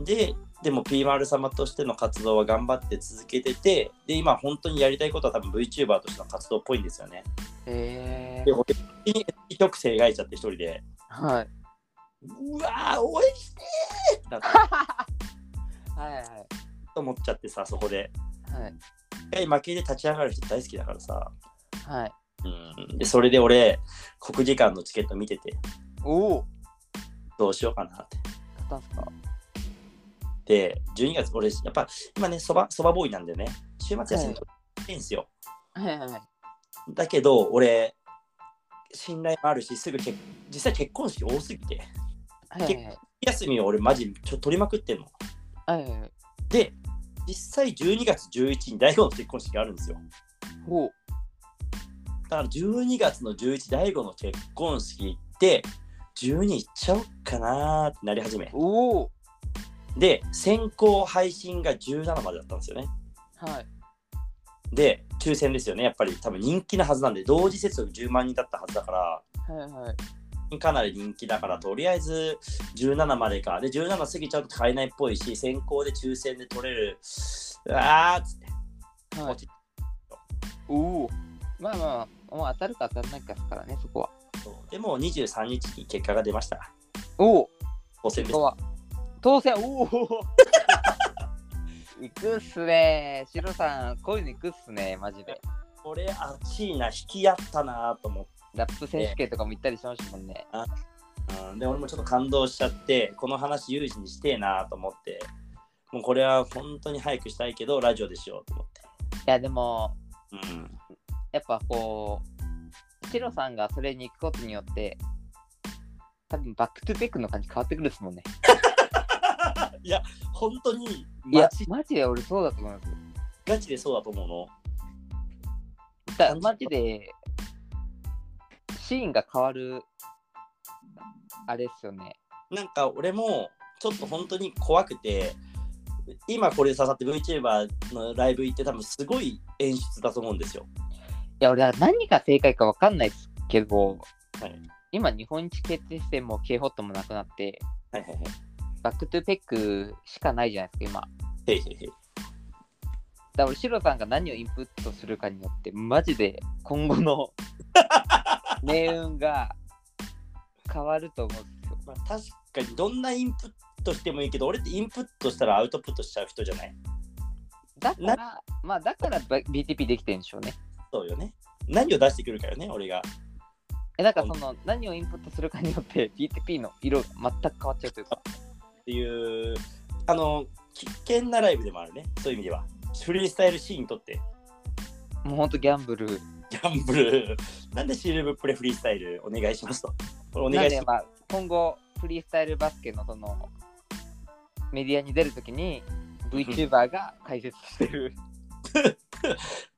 S2: い。
S1: ででも P 丸様としての活動は頑張って続けててで今本当にやりたいことは多分 VTuber としての活動っぽいんですよね
S2: へえ
S1: で。俺に曲線描いちゃって一人で
S2: はい。
S1: うわー応援してーってなって
S2: はいは
S1: と思っちゃってさそこで
S2: い。はい。
S1: 一回負けで立ち上がる人大好きだからさ
S2: はい。
S1: うんでそれで俺国技館のチケット見てて
S2: おお。
S1: どうしようかなって
S2: 買ったんすか
S1: で12月俺やっぱ今ねそばそばボーイなんでね週末休み取ってんすよ、
S2: はいはい。
S1: だけど俺信頼もあるしすぐ結実際結婚式多すぎて
S2: はいはい。
S1: 休みを俺マジちょ取りまくってんの
S2: はいはい。
S1: で実際12月11日に大悟の結婚式があるんですよ
S2: おお。
S1: だから12月の11大悟の結婚式行って12行っちゃおっかなーってなり始め
S2: おお。
S1: で先行配信が17までだったんですよね
S2: はい。
S1: で抽選ですよねやっぱり多分人気なはずなんで同時接続10万人だったはずだから
S2: はいはい。
S1: かなり人気だからとりあえず17までかで17過ぎちゃうと買えないっぽいし先行で抽選で取れるうわーっつって
S2: はい、おお。まあまあ、もう当たるか当たらないかですからね、そこは。
S1: そうでもう23日に結果が出ました
S2: おお。
S1: 当選で
S2: そ
S1: す
S2: こは。当選、おお。 [laughs] 行くっすね。シロさん、こういうの行くっすね、マジで。
S1: これ熱いな引き合ったなと思って。
S2: ラップ選手権とかも行ったりしましたもんね。
S1: うんで俺もちょっと感動しちゃってこの話有事にしてえなと思ってもうこれは本当に早くしたいけどラジオでしようと思って
S2: いや、でも、
S1: うん
S2: やっぱこう、シロさんがそれに行くことによって、多分バックトゥベックの感じ変わってくるっすもんね。
S1: 本当に
S2: いや
S1: マ、
S2: マジで俺そうだと思いますよ。
S1: ガチでそうだと思うの
S2: だマジで、シーンが変わる、あれっすよね。
S1: なんか俺もちょっと本当に怖くて今これ刺さって VTuber のライブ行って多分すごい演出だと思うんですよ。
S2: いや、俺は何が正解か分かんないですけど、
S1: はい
S2: 今、日本一決定戦も K ホットもなくなって、
S1: はいはいはい。
S2: バックトゥペックしかないじゃないですか、今。だか
S1: へいへいへい。
S2: ら俺、シロさんが何をインプットするかによって、マジで今後
S1: [laughs]
S2: の命運が変わると思うんですよ。
S1: まあ、確かにどんなインプットしてもいいけど俺ってインプットしたらアウトプットしちゃう人じゃない
S2: だから、まあ、だからば BTP できてるんでしょうね。
S1: そうよね。何を出してくるかよね俺が。
S2: え、だからその、何をインプットするかによって、BTP の色が全く変わっちゃうというか、
S1: っていうあの危険なライブでもあるねそういう意味ではフリースタイルシーンにとって
S2: もうほんとギャンブル。
S1: ギャンブルなんでシルブプレフリースタイルお願いしますとこれお
S2: な
S1: 願
S2: の
S1: いし
S2: で、
S1: ます
S2: まあ、今後、フリースタイルバスケのそのメディアに出るときに、VTuber が解説してる、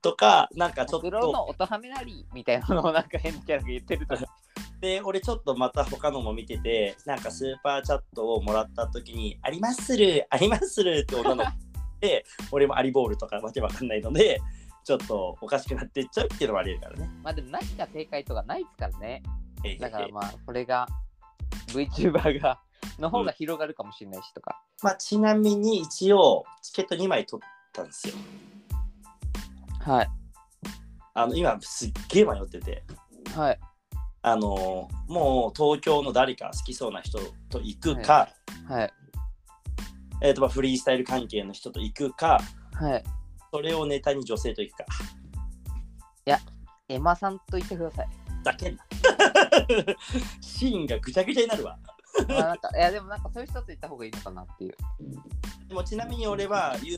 S1: とかなんかちょっ
S2: プロ
S1: と
S2: の音はめなりみたいなのをなんか変なキャラが言ってるとか、
S1: で俺ちょっとまた他のも見ててなんかスーパーチャットをもらった時に「ありまするありまする」って
S2: [laughs]
S1: 女の子で俺もアリボールとかわけわかんないのでちょっとおかしくなってっちゃうっていうのもありえるからね。
S2: まあでも何が正解とかないですからね。
S1: ええ
S2: だからまあ、これが VTuber が [laughs] の方が広がるかもしれないしとか、
S1: まあ、ちなみに一応チケット2枚取ったんですよ。
S2: はい、
S1: あの今すっげえ迷ってて
S2: はい、
S1: あのーもう東京の誰か好きそうな人と行くか、
S2: はい、
S1: えーとまあ、フリースタイル関係の人と行くか
S2: はい。
S1: それをネタに女性と行くか
S2: エマさんと言ってください。
S1: だけんな [laughs] シーンがぐちゃぐちゃになるわ
S2: まあなんか、いやでもなんかそういう人と言った方がいいのかなっていう。
S1: でもちなみに俺はユージ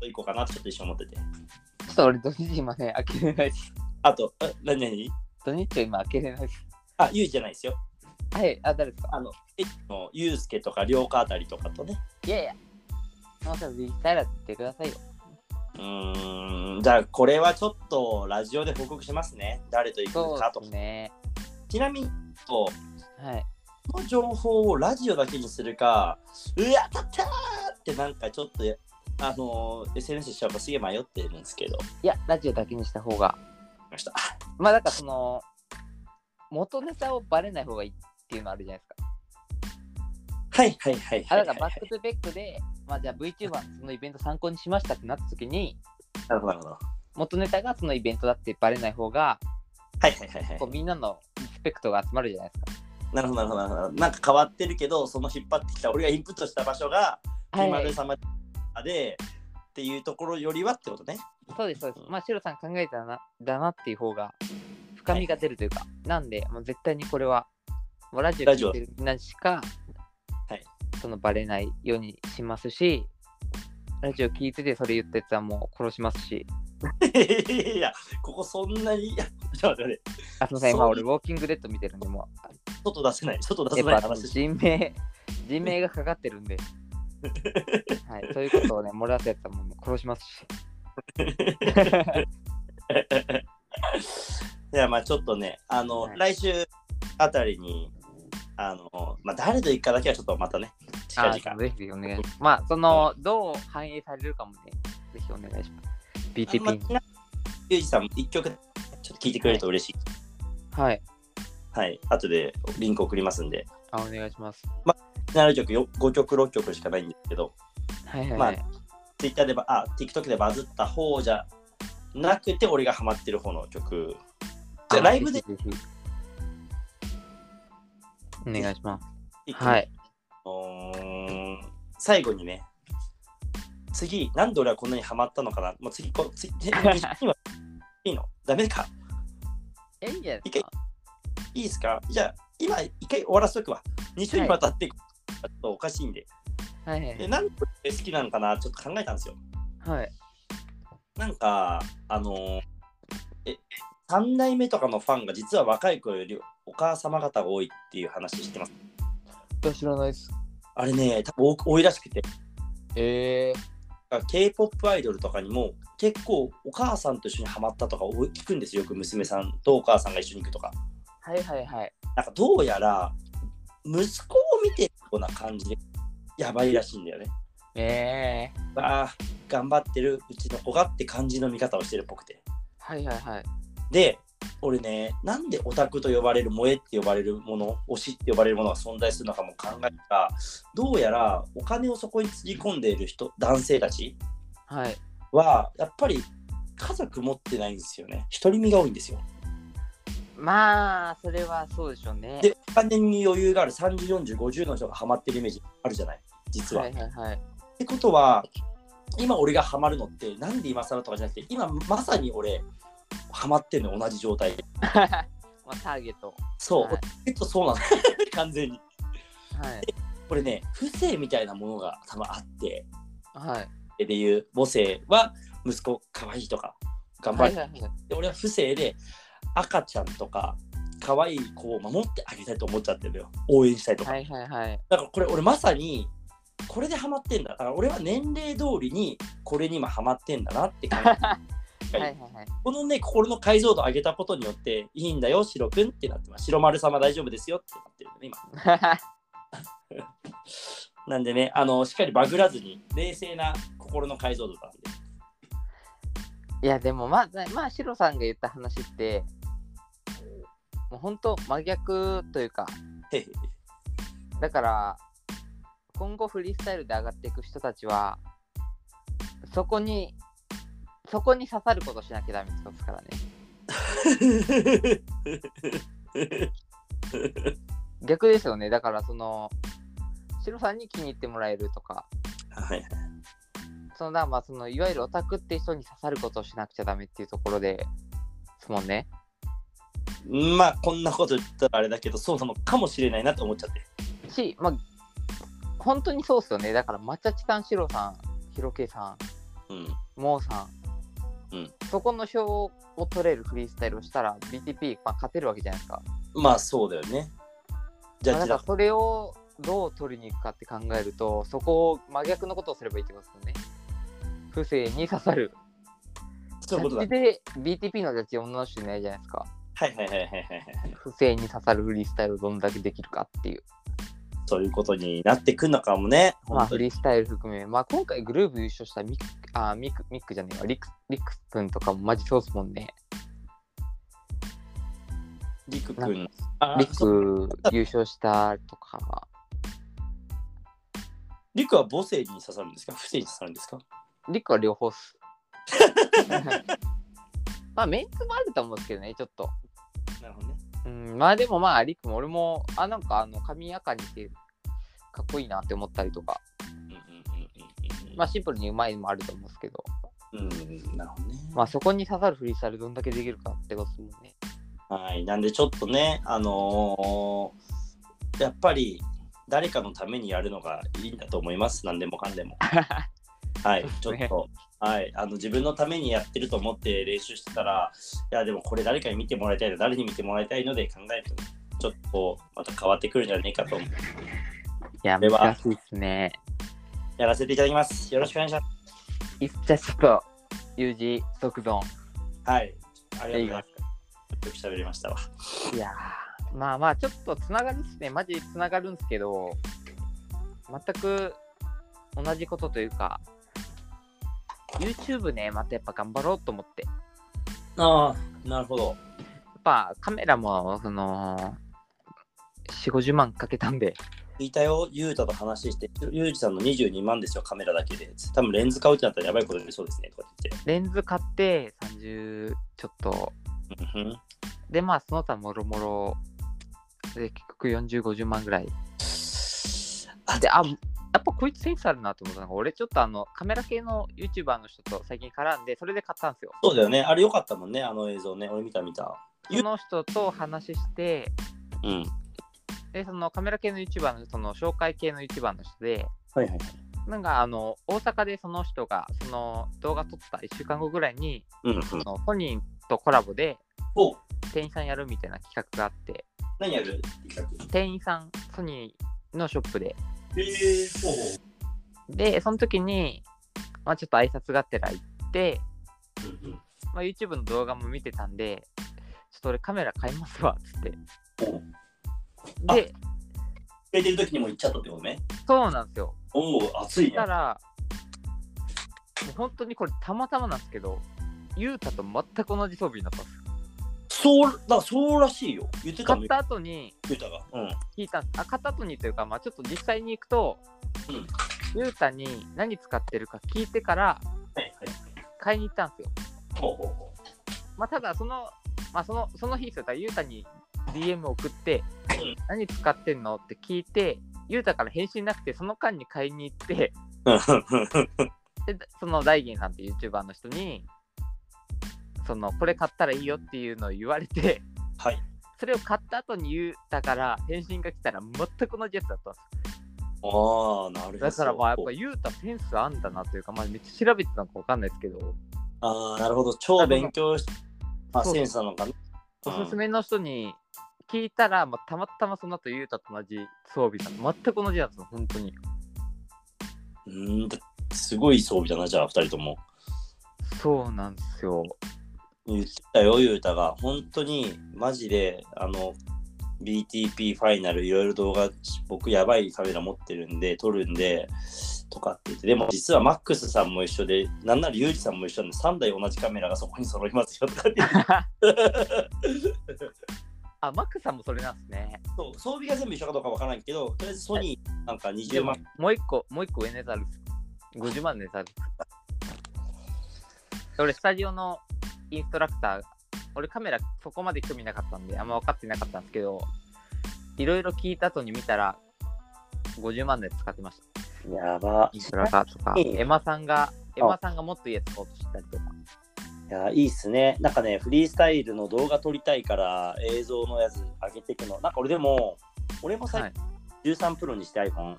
S1: と行こうかなってちょっと一緒に思ってて
S2: ちょっと俺土日今ね、開けれないです。
S1: あとえ何何
S2: 土日は今開けれないです。
S1: あユージじゃないですよ
S2: はい、あ、誰ですか
S1: あのエッチのユースケとか涼子あたりとかとね
S2: いやいや。まさにたらって言ってくださいよ。
S1: うーんじゃあこれはちょっとラジオで報告しますね誰と行
S2: そ
S1: くかと
S2: うですね。
S1: ちなみにと
S2: はい。
S1: この情報をラジオだけにするか、うわ、当たったーってなんかちょっと、あのー SNS しちゃうかすげえ迷ってるんですけど、わか
S2: いや、ラジオだけにした方が。
S1: りました。
S2: まあ、だからその、元ネタをバレない方がいいっていうのあるじゃないですか。
S1: はいはいはい
S2: あ
S1: は
S2: だ
S1: い、
S2: から
S1: は
S2: バ
S1: い
S2: ッ。クトゥベックで、まあ、じゃあ VTuber のそのイベント参考にしましたってなった時に、
S1: なるほどなるほど。は
S2: 元ネタがそのイベントだってバレない方が、
S1: いはいはいはい
S2: こう。みんなのリスペクトが集まるじゃないですか。
S1: なるほどなるほどなるほど。なんか変わってるけど、その引っ張ってきた俺がインプットした場所が、
S2: はい、
S1: まるさまで、っていうところよりはってことね。 [laughs]
S2: そうです、そうです。まあ、シロさん考えたな、だなっていう方が、深みが出るというか、なんで、もう絶対にこれは、もうラジオ
S1: ラジ
S2: 聞
S1: オ
S2: いてるみんなしか、
S1: はい
S2: そのバレないようにしますし、ラジオ聞いててそれ言ったやつはもう殺しますし、
S1: いや、ここそんなに、 [laughs] いやちょっと待って、
S2: あすみませ
S1: そう
S2: ん、今俺、ウォーキングデッド見てるんで、も
S1: 外出せない、外出
S2: う、
S1: せ
S2: や
S1: ない
S2: っぱ
S1: 話。
S2: 人命、人命がかかってるんで、はい、そういうことをね、漏らすやつはもう殺しますし、 [laughs]
S1: いやまあちょっとねあの、
S2: はい
S1: 来週あたりにあのまあ誰と行くかだけはちょっとまたね近
S2: あ
S1: 々
S2: ーぜひぜひお願いします。まあ、その、どう反映されるかもね、ぜひお願いしま
S1: あ
S2: す。
S1: まあ
S2: BTP に。
S1: ちなみにユージさん一曲ちょっと聞いてくれると嬉しい、
S2: はい。
S1: はい、後でリンク送りますんで、
S2: あ、お願いします。
S1: なる曲よ5曲、6曲しかないんですけど、
S2: はいはい、
S1: ま
S2: は
S1: あ
S2: い。
S1: ツイッターでば、あ、TikTok でバズった方じゃなくて、俺がハマってる方の曲。じゃあライブで
S2: ぜひぜひお願いします。
S1: 一個
S2: はい。
S1: あのー最後にね、次、なんで俺はこんなにハマったのかな、もう次、こ次、え今 [laughs] いいのダメか
S2: え、いいんじゃないですか。
S1: いいですかじゃあ、今、一回終わらせとくわ。2週にわたって、ちょっとおかしいんで。
S2: はいは
S1: で、
S2: い。
S1: なんで俺好きなのかな、ちょっと考えたんですよ。
S2: はい。
S1: なんか、あのーえ、3代目とかのファンが実は若い子よりお母様方が多いっていう話してます。
S2: いや知らないです。
S1: あれね、多分多多いらしくて、
S2: えー、
S1: K-POP アイドルとかにも結構お母さんと一緒にハマったとか多い聞くんですよ、よく娘さんとお母さんが一緒に行くとか。
S2: はいはいはい。
S1: なんかどうやら息子を見てるような感じでやばいらしいんだよね。
S2: えー、
S1: ああ、頑張ってるうちの子がって感じの見方をしてるっぽくて。
S2: はいはいはい。
S1: で、俺ね、なんでオタクと呼ばれる、萌えって呼ばれるもの、推しって呼ばれるものが存在するのかも考えたら、どうやらお金をそこにつぎ込んでいる人、男性たち
S2: はい。
S1: は、やっぱり家族持ってないんですよね。独り身が多いんですよ。
S2: まあ、それはそうでしょうね。
S1: で、お金に余裕がある30、40、50の人がハマってるイメージあるじゃない、実は。
S2: はいはいはい。 [laughs]
S1: ってことは今俺がハマるのってなんで今更とかじゃなくて今まさに俺ハマってんの同じ状態
S2: まあ、ターゲット。
S1: そう、
S2: はい
S1: えっとそうなの [laughs] 完全に
S2: はい。
S1: これね不正みたいなものが多分あって
S2: はい。
S1: でいう母性は息子可愛いとか頑張
S2: は
S1: る、
S2: いはいはい。
S1: で俺は不正で赤ちゃんとか可愛い子を守ってあげたいと思っちゃってるのよ応援したいとか、
S2: はいはいはい。
S1: だからこれ俺まさにこれでハマってんだだから俺は年齢通りにこれに今ハマってんだなって感じ
S2: はいはいはい。
S1: このね、心の解像度を上げたことによって、いいんだよ、白くんってなってます。白丸様大丈夫ですよってなってるんでね、今。なんでね、あの、しっかりバグらずに、冷静な心の解像度なんで。
S2: [laughs] いやでもまあ、まあ、シロさんが言った話ってもう本当真逆というか
S1: へへ
S2: だから今後フリースタイルで上がっていく人たちはそこにそこに刺さることしなきゃダメってことですからね逆ですよねだからそのシロさんに気に入ってもらえるとか
S1: [laughs] はい。
S2: そのだからまあそのいわゆるオタクって人に刺さることをしなくちゃダメっていうところですもんね
S1: まあ、こんなこと言ったらあれだけど、そうなのかもしれないなと思っちゃって。
S2: し、まあ、本当にそうっすよね。だから、抹茶チタンシロさん、ヒロケさ
S1: うん。
S2: ん、モーさん、
S1: うん
S2: そこの票を取れるフリースタイルをしたら、BTP、まあ、勝てるわけじゃないですか。
S1: まあ、そうだよね。じ
S2: ま
S1: ゃ
S2: あ
S1: あ、
S2: だ
S1: じ
S2: か
S1: ゃ
S2: ら、それをどう取りに行くかって考えると、そこを真逆のことをすればいいってことですよね。不正に刺さる。
S1: そういうことだ。はい
S2: で BTP のジャッジ女の人いないじゃないですか。
S1: はいはいはいはいはい。
S2: 不正に刺さるフリースタイルをどんだけできるかっていう。
S1: そういうことになってくんのかもね。
S2: まあ、
S1: 本当
S2: フ
S1: に
S2: リースタイル含め、まあ、今回グルーブ優勝したミック、あミック、ミックじゃねえわ、リク、リクス君とかもマジそうっすもんね。
S1: りくくん。あ
S2: リ
S1: そう
S2: ク優勝したとか、
S1: りくは母性に刺さるんですか不正に刺さるんですか
S2: リクは両方
S1: [laughs]
S2: っす。まあ、メンツもあると思うんですけどね、ちょっと。
S1: なるほどね。
S2: うん、まあでもまあ、リクも俺も、あ、なんかあの、髪赤にして、かっこいいなって思ったりとか、
S1: うんうんうんうんうん
S2: まあ、シンプルにうまいのもあると思うんですけど、
S1: うん、なるほどね。
S2: まあ、そこに刺さるフリースタイルどんだけできるかってことですもんね。
S1: はい、なんでちょっとね、あのーやっぱり誰かのためにやるのがいいんだと思います、何でもかんで [laughs] も。はい、ち
S2: そ
S1: ょ
S2: う
S1: っ
S2: ですね
S1: と、はい、あの自分のためにやってると思って練習してたら、いや、でもこれ誰かに見てもらいたいの、誰に見てもらいたいので考えると、ちょっとこうまた変わってくるんじゃないかと思う
S2: いや、
S1: では
S2: 難しいっすね。
S1: やらせていただきます。よろしくお願いします。
S2: いっちゃちょっと、U 字即存。
S1: はい、ありがとうございます。よく喋りましたわ。
S2: いやーまあまあ、ちょっとつながるっすね。マジつながるんすけど、全く同じことというか、YouTube ね、またやっぱ頑張ろうと思って。や
S1: ああ、なるほど。
S2: っぱカメラも、その、 4 5 0万かけたんで
S1: 聞いたよ、ゆうたと話して、ゆうじさんの22万ですよ、カメラだけで。多分レンズ買うってなったらやばいことになりそうですね、とか言
S2: レンズ買って30ちょっと
S1: って。うんふん
S2: でまあその他もろもろで結局4050万ぐらい
S1: あ
S2: であやっぱこいつセンスあるなと思ったのが俺ちょっとあのカメラ系の YouTuber の人と最近絡んでそれで買ったんですよ
S1: そうだよね、あれ良かったもんね、あの映像ね。俺見た見た。
S2: その人と話して
S1: うん。
S2: でそのカメラ系の YouTuber のその紹介系の YouTuber の人で
S1: はいはい。
S2: なんかあの大阪でその人がその動画撮った1週間後ぐらいに
S1: うん、うん。
S2: その本人とコラボで
S1: お
S2: 店員さんやるみたいな企画があって
S1: 何やる
S2: 店員さんソニーのショップで
S1: えー、ほう
S2: でその時に、まあ、ちょっと挨拶がてら行って、
S1: ほう。うんうん
S2: まあ、YouTube の動画も見てたんでちょっと俺カメラ買いますわっつって
S1: おうあ
S2: で
S1: 入れてる時にも行っちゃったってことね。
S2: そうなんですよ
S1: おお、暑い
S2: し
S1: ね
S2: た。らもう本当にこれたまたまなんですけどゆうたと全く同じ装備になったんですよ
S1: そう、だからそうらしいよ。言ってた
S2: 買
S1: の
S2: っ
S1: よ
S2: た、後に
S1: ゆうたが。うん。
S2: 聞いたんですあ買った後にというか、まあ、ちょっと実際に行くと、
S1: うん
S2: ゆうたに何使ってるか聞いてから
S1: はいはい。
S2: 買いに行ったんですよ
S1: ほうほうほ [laughs]
S2: まあ、ただその、まあ、その、その日ですよ、だからゆうたに DM 送って
S1: うん、
S2: 何使ってんのって聞いて、ゆうたから返信なくて、その間に買いに行って、
S1: う。
S2: でその大銀さんって YouTuber の人に、その、これ買ったらいいよっていうのを言われて、
S1: はい。
S2: それを買った後にゆうたから返信が来たら全く同じやつだったんです
S1: ああ、なるほど。
S2: よだからまあやっぱゆうたセンスあんだなというか、まあめっちゃ調べてたのかわかんないですけど、
S1: ああ、なるほど。超勉強し、あ、センスなのかな。
S2: おすすめの人に聞いたら、まあ、たまたまその後ゆうたと同じ装備さん全く同じやつ本当に
S1: うん、うんだすごい装備だな、じゃあ、二人とも。
S2: そうなんです
S1: [laughs]
S2: よ
S1: 言ってたよ、ゆうたが。本当に、マジで、あの、BTP ファイナル、いろいろ動画、僕、やばいカメラ持ってるんで、撮るんで、とかって言って、でも、実はマックスさんも一緒で、なんならユージさんも一緒なんで、3台同じカメラがそこに揃いますよと [laughs] かって言って
S2: あマックさんもそれなんですね
S1: そう装備が全部一緒かどうかわからないけど、とりあえずソニーなんか20万、
S2: もう一個もう一個上ネタあるっす50万ネタある俺スタジオのインストラクター俺カメラそこまで興味なかったんであんま分かってなかったんですけどいろいろ聞いた後に見たら50万で使ってました
S1: やば
S2: インストラクターとか
S1: いいね
S2: エマさんがエマさんがもっといいやつ買おうとしたりとか
S1: いやいいっすね。なんかね、フリースタイルの動画撮りたいから映像のやつ上げていくの。なんか俺でも、俺も
S2: は
S1: 最
S2: い
S1: 近13プロにして iPhone、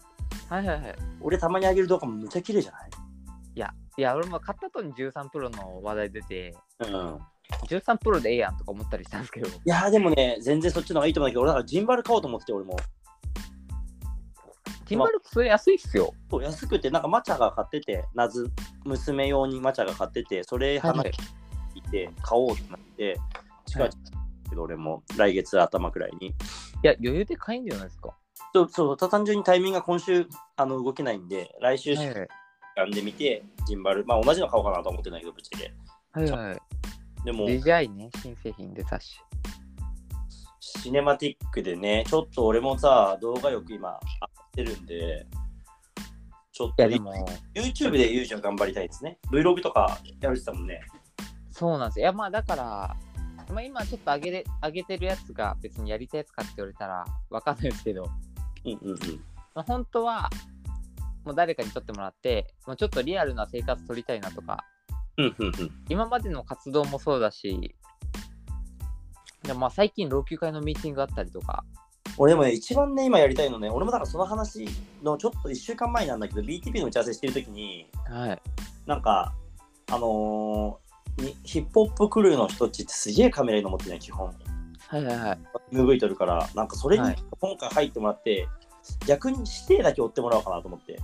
S2: はいはいはい。
S1: 俺たまに上げる動画もむちゃ綺麗じゃない
S2: いや、俺も買った後に13プロの話題出て、
S1: うん。
S2: 13プロでええやんとか思ったりしたんですけど、
S1: いやーでもね、全然そっちの方がいいと思うんだけど、俺なんかジンバル買おうと思ってて、俺も。
S2: ティンバルクそれ安いっすよ。
S1: そう安くて、なんかマチャが買ってて、なず、娘用にマチャが買ってて、それ
S2: はいは
S1: 話
S2: い
S1: 聞いて、買おうってなって、近
S2: はい
S1: 々けど、俺も来月頭くらいに。
S2: いや、余裕で買えんじゃないですか。
S1: そう、そう、単純にタイミングが今週、あの、動けないんで、来週しか
S2: はいはい
S1: 選んでみて、ジンバル、まあ同じの買おうかなとは思ってないけど、ぶっちゃけ。
S2: はいはい。
S1: でも、
S2: DJI ね、新製品出たし。
S1: シネマティックでね、ちょっと俺もさ、動画よく今、上がってるんで、ちょっ
S2: い
S1: と
S2: や、でも、
S1: YouTube でユージは頑張りたいですね。Vlog とかやるってたもんね。
S2: そうなんですよ。いや、まあだから、まあ、今ちょっと上げれ上げてるやつが別にやりたいやつかって言われたらわかんないですけど、
S1: うんうんうん。
S2: まあ、本当は、もう誰かに撮ってもらって、もうちょっとリアルな生活撮りたいなとか、
S1: うんうんうん。
S2: 今までの活動もそうだし、でまあ最近老朽化のミーティングあったりとか、
S1: 俺もね、一番ね、今やりたいのね、俺もだからその話のちょっと1週間前なんだけど、BTP の打ち合わせしてるときに、
S2: はい、
S1: なんか、あのーにヒップホップクルーの人っちってすげえカメラいいの持ってない、基本。
S2: はいはいはい
S1: MV 撮るから、なんかそれに
S2: はい
S1: 今回入ってもらって、逆に指定だけ追ってもらおうかなと思って。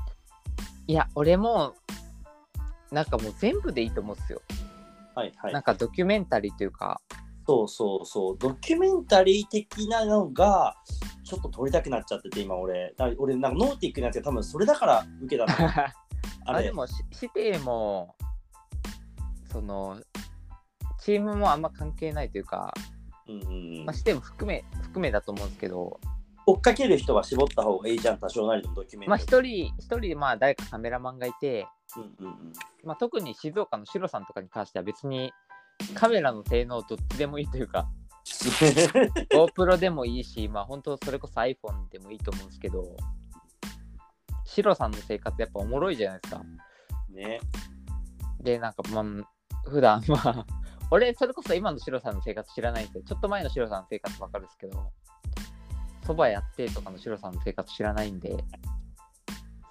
S2: いや俺もなんかもう全部でいいと思うんですよ、
S1: はいはい
S2: なん。かドキュメンタリーとい
S1: [laughs]
S2: うか
S1: そうそうそう、ドキュメンタリー的なのが、ちょっと撮りたくなっちゃってて、今俺、だ俺、なんかノーティックのやつが多分それだから受けた
S2: [laughs]
S1: の。
S2: あ
S1: あれ
S2: で、もし指定もそのチームもあんま関係ないというか、
S1: うんうんうん
S2: まあ、指定も含め含めだと思うんですけど
S1: 追っかける人は絞った方がいいじゃん、多少なりのドキュメント。
S2: まあ一人、一人、まあ誰かカメラマンがいて、
S1: うんうんうん
S2: まあ特に静岡のシロさんとかに関しては別にカメラの性能どっちでもいいという
S1: [laughs]
S2: か、GoPro でもいいし、まあ本当それこそ iPhone でもいいと思うんですけど、シロさんの生活やっぱおもろいじゃないですか。
S1: [laughs] ね、
S2: で、なんかまあ、普段まあ、 [laughs] 俺、それこそ今のシロさんの生活知らないんですけど、ちょっと前のシロさんの生活わかるんですけど、そばやってとかのシロさんの生活知らないんで、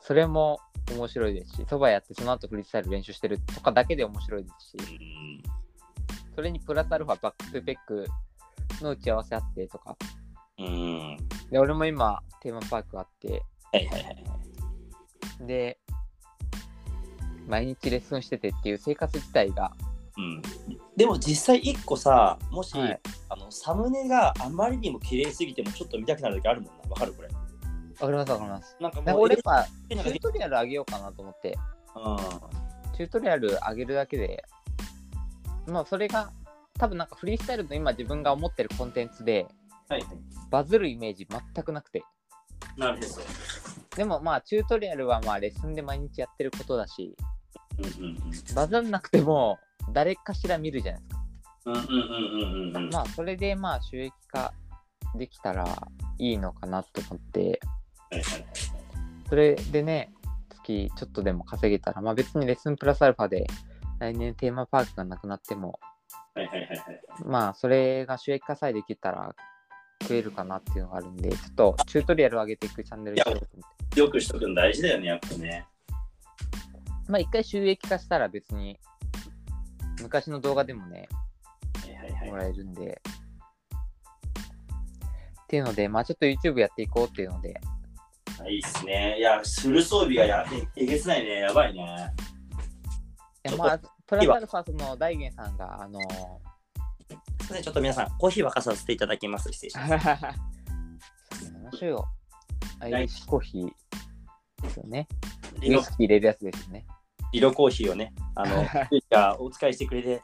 S2: それも面白いですし、そばやってその後フリースタイル練習してるとかだけで面白いですし、それにプラスアルファバックトゥペックの打ち合わせあってとか、
S1: うん。うん。
S2: で、俺も今テーマパークあって、
S1: はいはいはい。
S2: で、毎日レッスンしててっていう生活自体が、
S1: うん、でも実際一個さ、もし、
S2: はい
S1: あのサムネがあまりにも綺麗すぎてもちょっと見たくなる時あるもんな。わかるこれ。
S2: わかりますわかります。
S1: なんか
S2: なん
S1: も
S2: か
S1: う
S2: 俺やっぱ
S1: え
S2: チュートリアルあげようかなと思って、
S1: う
S2: チュートリアルあげるだけで、まあそれが、多分なんかフリースタイルの今自分が思ってるコンテンツで、
S1: ん。はい。
S2: バズるイメージ全くなくて。
S1: なるほど。
S2: でもまあチュートリアルはまあレッスンで毎日やってることだし、
S1: うんうん
S2: バズんなくても誰かしら見るじゃないですか。
S1: うんうんうんうんうんうん。
S2: まあそれでまあ収益化できたらいいのかなと思って、
S1: はいはい
S2: それでね、月ちょっとでも稼げたら、まあ別にレッスンプラスアルファで来年テーマパークがなくなっても、
S1: はいはいはいはい。
S2: まあそれが収益化さえできたら食えるかなっていうのがあるんで、ちょっとチュートリアルを上げていくチャンネルにしようと思って。
S1: よくしとくの大事だよね、やっぱね。
S2: まあ一回収益化したら別に昔の動画でもね、
S1: はいはい
S2: も
S1: はい。
S2: らえるんで。っていうので、まあちょっと YouTube やっていこうっていうので、
S1: あいいっすね。いや、フル装備がやえげつないね。やばいね。
S2: い
S1: ちょっ
S2: や
S1: と
S2: まあプラスアルファその大元さんが、あの
S1: すいません、ちょっと皆さん、コーヒー沸かさせていただきます。失礼 [laughs] します。
S2: ー、話を、アイリッシュコーヒーですよね。ウイ
S1: 色
S2: スキー入れるやつですよね。
S1: 色コーヒーをね、あ
S2: [laughs]
S1: の、がお使いしてくれて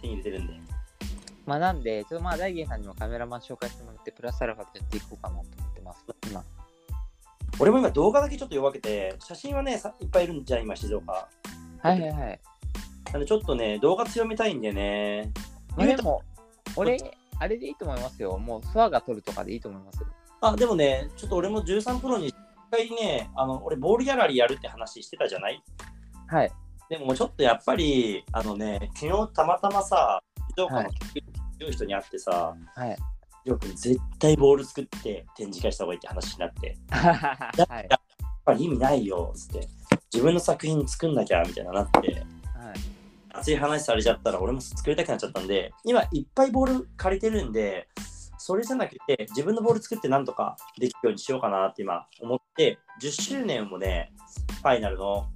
S1: 手に入れてるんで。
S2: まあなんで、ちょっとまあ大元さんにもカメラマン紹介してもらって、プラスアルファでやっていこうかなと思ってます。今。
S1: 俺も今、動画だけちょっと弱くて、写真はね、さいっぱいいるんじゃん、今、静岡。
S2: はいはいはい。
S1: なんで、ちょっとね、動画強めたいんでね。
S2: まあ、でも、俺、あれでいいと思いますよ。もう、スワが撮るとかでいいと思いますよ。
S1: あ、でもね、ちょっと俺も13プロに一回ね、あの、俺、ボールギャラリーやるって話してたじゃない
S2: はい。
S1: でもちょっとやっぱり、あのね、昨日たまたまさ、静岡
S2: は
S1: の
S2: い
S1: 強い人に会ってさ、
S2: はい。
S1: よく絶対ボール作って展示会した方がいいって話になって、やっ
S2: はい。
S1: ぱり意味ないよ、つって。自分の作品作んなきゃ、みたいななって、
S2: はい。
S1: 熱い話されちゃったら俺も作りたくなっちゃったんで、今いっぱいボール借りてるんで、それじゃなくて自分のボール作ってなんとかできるようにしようかなって今思って、10周年もね、ファイナルの
S2: は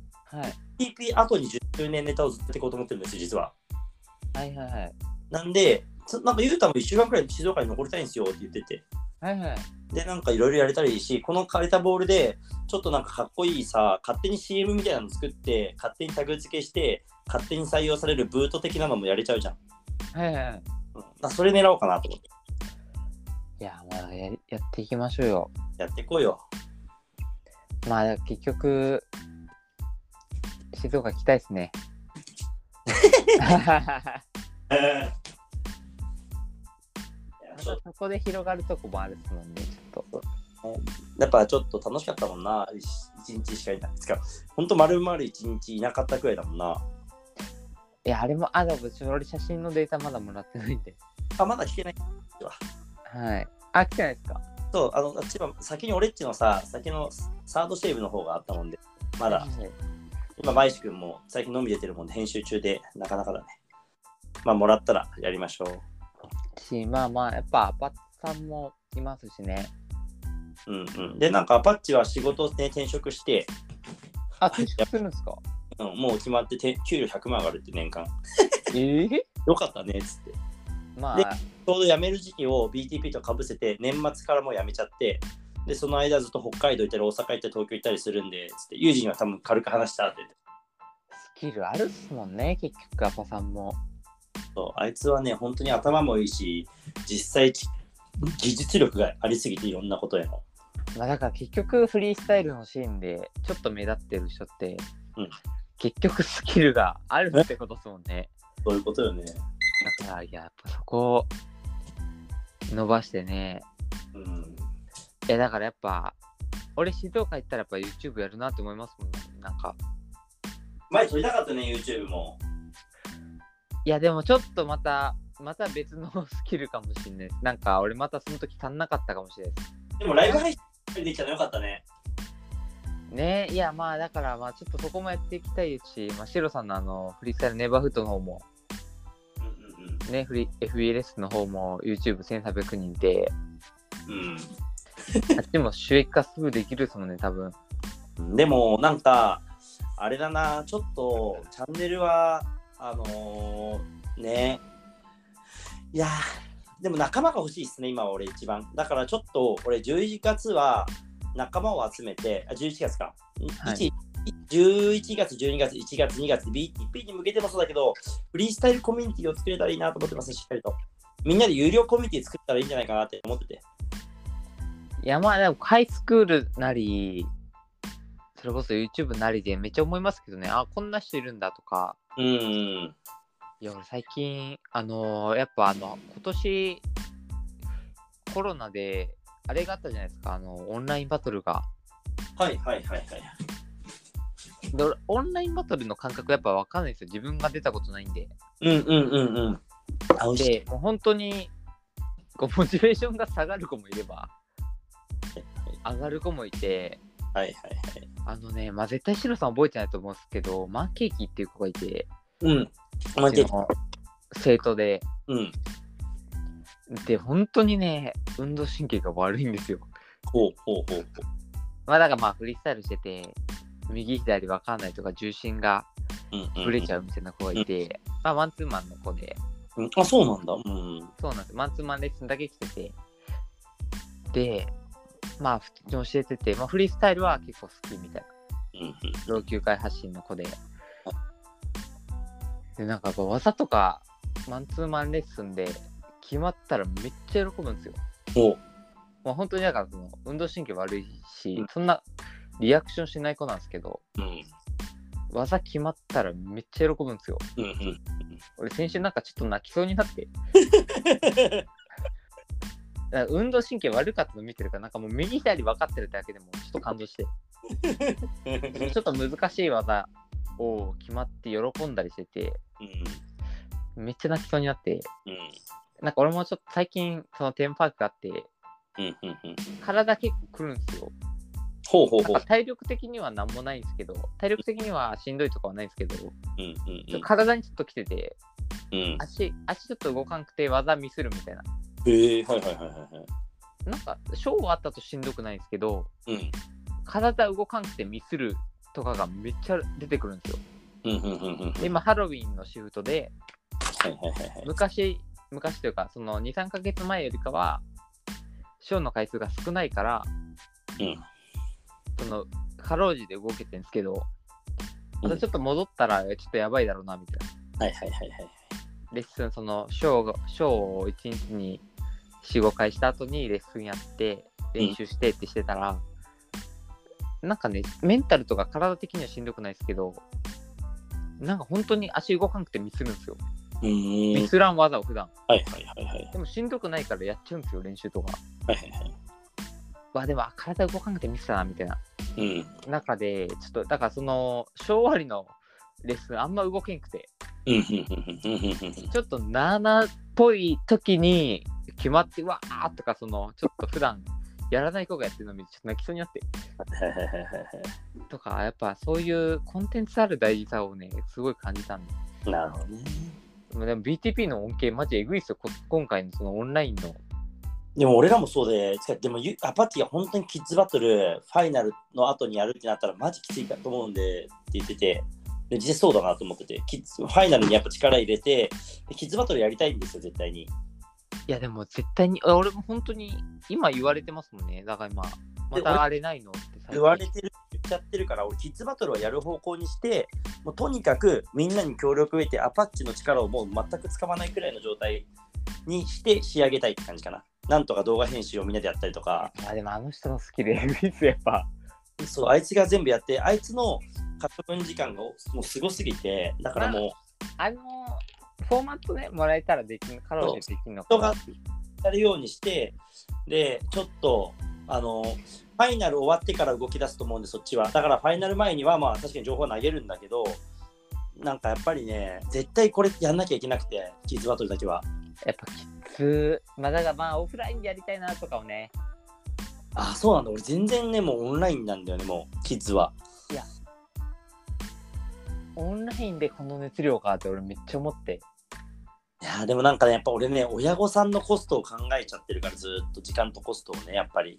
S2: い。
S1: TP 後に10周年ネタをずっとやっていこうと思ってるんですよ、実は。
S2: はいはいはい。
S1: なんで、つなんかゆうたも1週間くらい静岡に残りたいんですよって言ってて。
S2: はいはい。
S1: で、なんかいろいろやれたらいいし、この借りたボールで、ちょっとなんかかっこいいさ、勝手に CM みたいなの作って、勝手にタグ付けして、勝手に採用されるブート的なのもやれちゃうじゃん。
S2: はいはい。
S1: うん、あそれ狙おうかなと思って。
S2: いや、まあやり、やっていきましょうよ。
S1: やっていこうよ。
S2: まあ、結局、静岡行きたいですね。 [laughs]
S1: えー
S2: またそこで広がるとこもあるっすもんね、ちょっと。
S1: やっぱちょっと楽しかったもんな、一一日しかいない。つか、ほんと丸々一日いなかったくらいだもんな。
S2: いや、あれも、あ、でも、ちょ俺写真のデータまだもらってないんで。
S1: あ、まだ聞けない。
S2: はい。あ、来てないですか
S1: そう、あの、あっちは先に俺っちのさ、先のサードシェーブの方があったもんで、まだ、
S2: はい
S1: 今、バイシ君も最近飲み出てるもんで、編集中で、なかなかだね。まあ、もらったらやりましょ
S2: し、まあまあ、やっぱ、アパッツさんもいますしね。
S1: う。うんうん。で、なんか、アパッチは仕事で転職して、
S2: あ、転職するんですか
S1: うん、もう決まってて、給料100万上がるって年間。
S2: ええ
S1: よかったね、つって。ち
S2: ま
S1: で
S2: あ、
S1: ょうど辞める時期を BTP とかぶせて、年末からもう辞めちゃって、で、その間ずっと北海道行ったり、大阪行ったり、東京行ったりするんで、つって、友人は多分軽く話したって言って。
S2: スキルあるっすもんね、結局、アパさんも。
S1: そうあいつはね、本当に頭もいいし、実際、技術力がありすぎていろんなことへの。
S2: まあだから結局フリースタイルのシーンでちょっと目立ってる人って、
S1: うん
S2: 結局スキルがあるってことですもんね。
S1: そういうことよね。
S2: だからやっぱそこを伸ばしてね。
S1: うん。
S2: いやだからやっぱ俺静岡行ったらやっぱ YouTube やるなって思いますもんね。なんか
S1: 前撮りたかったね、YouTube も。
S2: いやでもちょっとまたまた別の [laughs] スキルかもしんないです。なんか俺またその時足んなかったかもしれないです。
S1: でもライブ配信できたのよかったね。
S2: ねいやまあだからまあちょっとそこもやっていきたいし、まあ、シロさんのあのフリースタイルネバーフットの方も
S1: うんうん
S2: ねフリ FBLS の方も YouTube1300 人で
S1: うん。うん
S2: あっちも収益化すぐできるですもんね多分
S1: でもなんかあれだなちょっとチャンネルはあのーねいやーでも仲間が欲しいっすね今は俺一番だからちょっと俺11月は仲間を集めてあ11月か、
S2: はい
S1: 一11月12月1月2月 BTP に向けてもそうだけどフリースタイルコミュニティを作れたらいいなと思ってますしっかりとみんなで有料コミュニティ作ったらいいんじゃないかなって思ってて
S2: いやまあでもハイスクールなりそれこそ YouTube なりでめっちゃ思いますけどねあこんな人いるんだとか
S1: うん
S2: いや俺最近あのーやっぱあの今年コロナであれがあったじゃないですかあのオンラインバトルが
S1: はいはいはいはい
S2: で俺オンラインバトルの感覚やっぱ分かんないですよ自分が出たことないんで
S1: うんうんうんうんあ美味しい
S2: でもう本当にこうモチベーションが下がる子もいれば上がる子もいて
S1: はいはいはい。
S2: あのね、まあ、絶対シロさん覚えてないと思うんですけどマンケーキっていう子がいて
S1: うん。マ
S2: うちの生徒で
S1: うん。
S2: で本当にね運動神経が悪いんですよ
S1: ほうほうほうほ
S2: まあだからまあフリースタイルしてて右左分かんないとか重心が
S1: う。うん、うん。
S2: ぶれち
S1: ゃ
S2: ゃうみたいな子がい
S1: [laughs]
S2: て、まあマンツーマンの子で
S1: うん。あ、そうなんだ。うん。
S2: そうなんです。マンツーマンレッスンだけ来てて。で、まあ、普通に教えてて、まあ、フリースタイルは結構好きみたいな。
S1: うん。
S2: 老朽化発信の子で。で、なんかやっぱ技とか、マンツーマンレッスンで決まったらめっちゃ喜ぶんですよ。
S1: ほう。
S2: まあ、本当になんかその運動神経悪いし、
S1: うん
S2: そんなリアクションしない子なんですけど、
S1: うん。
S2: 技決まったらめっちゃ喜ぶんですよ。
S1: うん。うん。
S2: 俺先週なんかちょっと泣きそうになって。なんか運動神経悪かったの見てるから、なんかもう右左分かってるだけでもちょっと感動して、ちょっと難しい技を決まって喜んだりしてて、
S1: うん。
S2: めっちゃ泣きそうになって、
S1: うん。
S2: なんか俺もちょっと最近そのテーマパークがあって、
S1: うん。うん。うん。
S2: 体結構くるんですよ。
S1: ほうほう
S2: な
S1: ほ
S2: ん
S1: う
S2: か。体力的にはなんもないんですけど、体力的にはしんどいとかはないんですけど、ちょ
S1: うん。うん。
S2: っと体にちょっと来てて、
S1: うん。
S2: 足、足ちょっと動かんくて技ミスるみたいな。
S1: へえ、はいはいはいはいはい。
S2: なんか、賞はあったとしんどくないんですけど、
S1: うん。
S2: 体動かんくてミスるとかがめっちゃ出てくるんですよ。
S1: うん。うん。うん。うん。
S2: で今ハロウィンのシフトで
S1: はいはいはいはい。
S2: 昔昔というかその23ヶ月前よりかはショーの回数が少ないから
S1: うん。
S2: そのかろうじて動けてるんですけど
S1: う
S2: ま
S1: ん
S2: たちょっと戻ったらえちょっとやばいだろうなみたいな
S1: はいはいはいはい。
S2: レッスンそのショーがショーを1日に45回した後にレッスンやって練習してってしてたら、なんかねメンタルとか体的にはしんどくないですけどなんか本当に足動かなくてミスるんですよ、
S1: うーん
S2: ミ。スらん技を普段
S1: はいはいはいはい。
S2: でもしんどくないからやっちゃうんですよ、練習とか。
S1: はいはいはい。
S2: わ、でもあ体動かなくてミスだな、みたいな。
S1: うん。
S2: 中で、ちょっと、だからその、小割のレッスンあんま動けんくて、
S1: うん。うん。うん。うん。うん。
S2: ちょっと7っぽい時に決まって、わーとか、その、ちょっと普段やらない子がやってるの見て、ちょっと泣きそうになって。
S1: はいはいはいは
S2: とか、やっぱそういうコンテンツある大事さをね、すごい感じたんで。
S1: い。なるほどね。
S2: でもでも BTP の恩恵、マジエグいっすよ、こ今回のそのオンラインの。
S1: でも俺らもそうで、つかでもゆアパッチが本当にキッズバトルファイナルの後にやるってなったらマジきついかと思うんでって言ってて、で実際そうだなと思ってて、キッズファイナルにやっぱ力入れて、でキッズバトルやりたいんですよ、絶対に。
S2: いやでも絶対にあ俺も本当に今言われてますもんねだから今ま
S1: 俺
S2: たあれないのって最近
S1: 言われてる、言っちゃってるから、俺キッズバトルをやる方向にして、もうとにかくみんなに協力を得て、アパッチの力をもう全く使わないくらいの状態にして仕上げたいって感じかな。なんとか動画編集をみんなでやったりとか、
S2: あでもあの人の好きで、エビスやっぱ。
S1: そう、あいつが全部やって、あいつのカット分時間がもうすごすぎて、だからもう、
S2: あの、フォーマットね、もらえたらできん、カロリーできんのか
S1: 人
S2: な
S1: が。やるようにして、で、ちょっと、あの、ファイナル終わってから動き出すと思うんで、そっちは。だから、ファイナル前には、まあ、確かに情報は投げるんだけど、なんかやっぱりね、絶対これやんなきゃいけなくて、キッズバトルだけは。
S2: やっぱきつまあだからまあオフラインでやりたいなとかをね、
S1: あ、そうなんだ。俺、全然ね、もうオンラインなんだよね、もう、キッズは。
S2: オンラインでこの熱量かって俺めっちゃ思って。
S1: いやーでもなんかね、やっぱ俺ね、親御さんのコストを考えちゃってるから、ずーっと時間とコストをね、やっぱり。
S2: い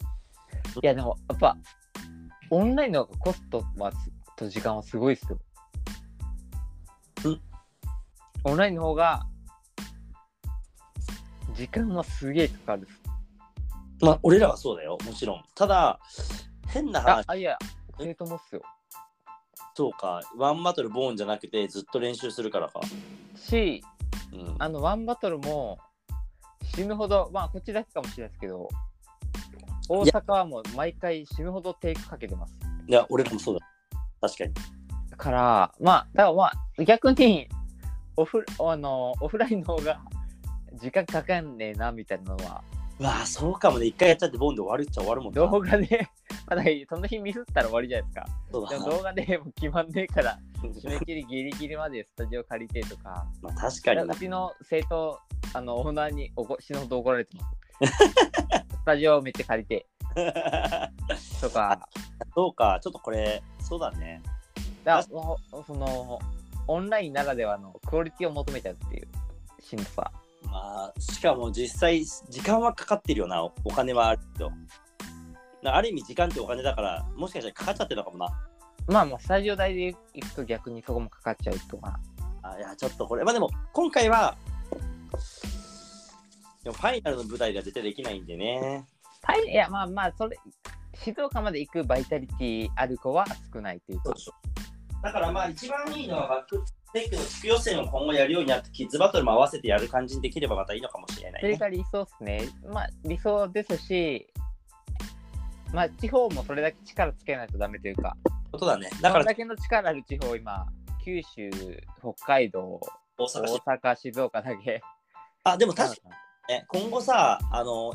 S2: やでもやっぱオンラインの方がコストはすと時間はすごいっすよ。
S1: ん
S2: オンラインの方が時間はすげえかかるっす。
S1: まあ、俺らはそうだよ、もちろん。ただ、変な
S2: あ
S1: 話、
S2: あいや、生徒もっすよ。
S1: そうか、ワンバトルボーンじゃなくて、ずっと練習するからか。
S2: し、
S1: うん、
S2: あのワンバトルも死ぬほど、まあこっちだけかもしれないですけど、大阪はもう毎回死ぬほどテイクかけてます。
S1: いや、俺らもそうだ。確かに。
S2: だから、まあ、だからまあ、逆にオフあのオフラインの方が [laughs] 時間かかんねえなみたいなのは、
S1: うわあ、そうかもね。一回やっちゃって、ボーンで終わるっちゃ終わるもん
S2: 動
S1: な。
S2: 画で、 [laughs] まあだからその日ミスったら終わりじゃないです
S1: そう
S2: か。で
S1: だ
S2: も
S1: な
S2: 動画でも [laughs] う決まんねえから、締め
S1: ま
S2: 切りギリギリまでスタジオ借りてとか、
S1: あ、確
S2: だ
S1: か
S2: から
S1: に
S2: う。ちの生徒、あのオーナーにおこ死ぬほど怒られ
S1: [laughs]
S2: てます。スタジオめっちゃ借りてとか、
S1: [laughs] そうか、ちょっとこれ、そうだね。
S2: だからもうそのオンラインならではのクオリティを求めちゃうっていうしんどさ。
S1: まあ、しかも実際、時間はかかってるよな、おお金はあるけど。なある意味、時間ってお金だから、もしかしたらかかっちゃってるのかもな。
S2: まあもうスタジオ代で行くと逆にそこもかかっちゃうとか。
S1: あいや、ちょっとこれ、まあでも、今回は、でもファイナルの舞台では絶対できないんでね。
S2: タイいやまあまあそれ静岡まで行くバイタリティある子は少ないというか。
S1: だからまあ、一番いいのは、バックテックの地区予選を今後やるようになって、キッズバトルも合わせてやる感じにできればまたいいのかもしれない、
S2: それ
S1: ね。
S2: が理想ですね。まあ理想ですし、まあ地方もそれだけ力つけないとダメというか、
S1: ことだね。だか
S2: そ
S1: ら、
S2: れだけの力ある地方今、九州、北海道、
S1: 大
S2: 大
S1: 阪市。
S2: 阪、静岡だけ。
S1: あ、でも確かにね、今後さ、あの、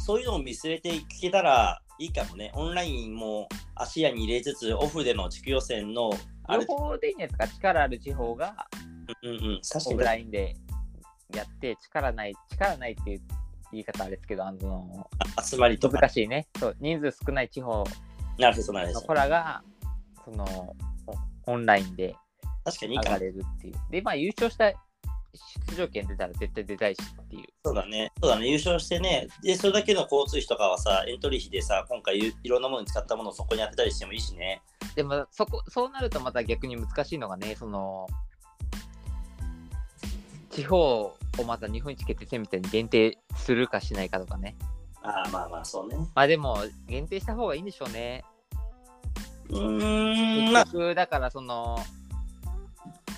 S1: そういうのを見据えていけたらいいかもね。オンラインも足屋に入れつつ、オフでの地区予選の、あ
S2: 両
S1: れ、
S2: 方でいいんじゃないですか。力ある地方が
S1: うんうん、確か
S2: オ
S1: に
S2: フラインでやって、力ない、力ないっていう言い方あれですけど、あの、
S1: 集まりとか、
S2: 難しいねそう人数少ない地方
S1: なるほど、なる
S2: の
S1: ほ
S2: 子
S1: ど。
S2: らがそのオンラインで
S1: 確かにいい
S2: 上
S1: か
S2: が
S1: も
S2: れるっていうでまあ優勝した出場権出たら絶対出たいしっていう
S1: そうだね、そうだね、優勝してね、で、それだけの交通費とかはさ、エントリー費でさ、今回いいろんなものに使ったものをそこに当てたりしてもいいしね。
S2: でもそこそうなるとまた逆に難しいのがねその地方をまた日本一決定戦みたいに限定するかしないかとかね
S1: ああ、まあまあ、そうね。
S2: まあでも限定した方がいいんでしょうね
S1: うーん、まあ
S2: 結、局だからその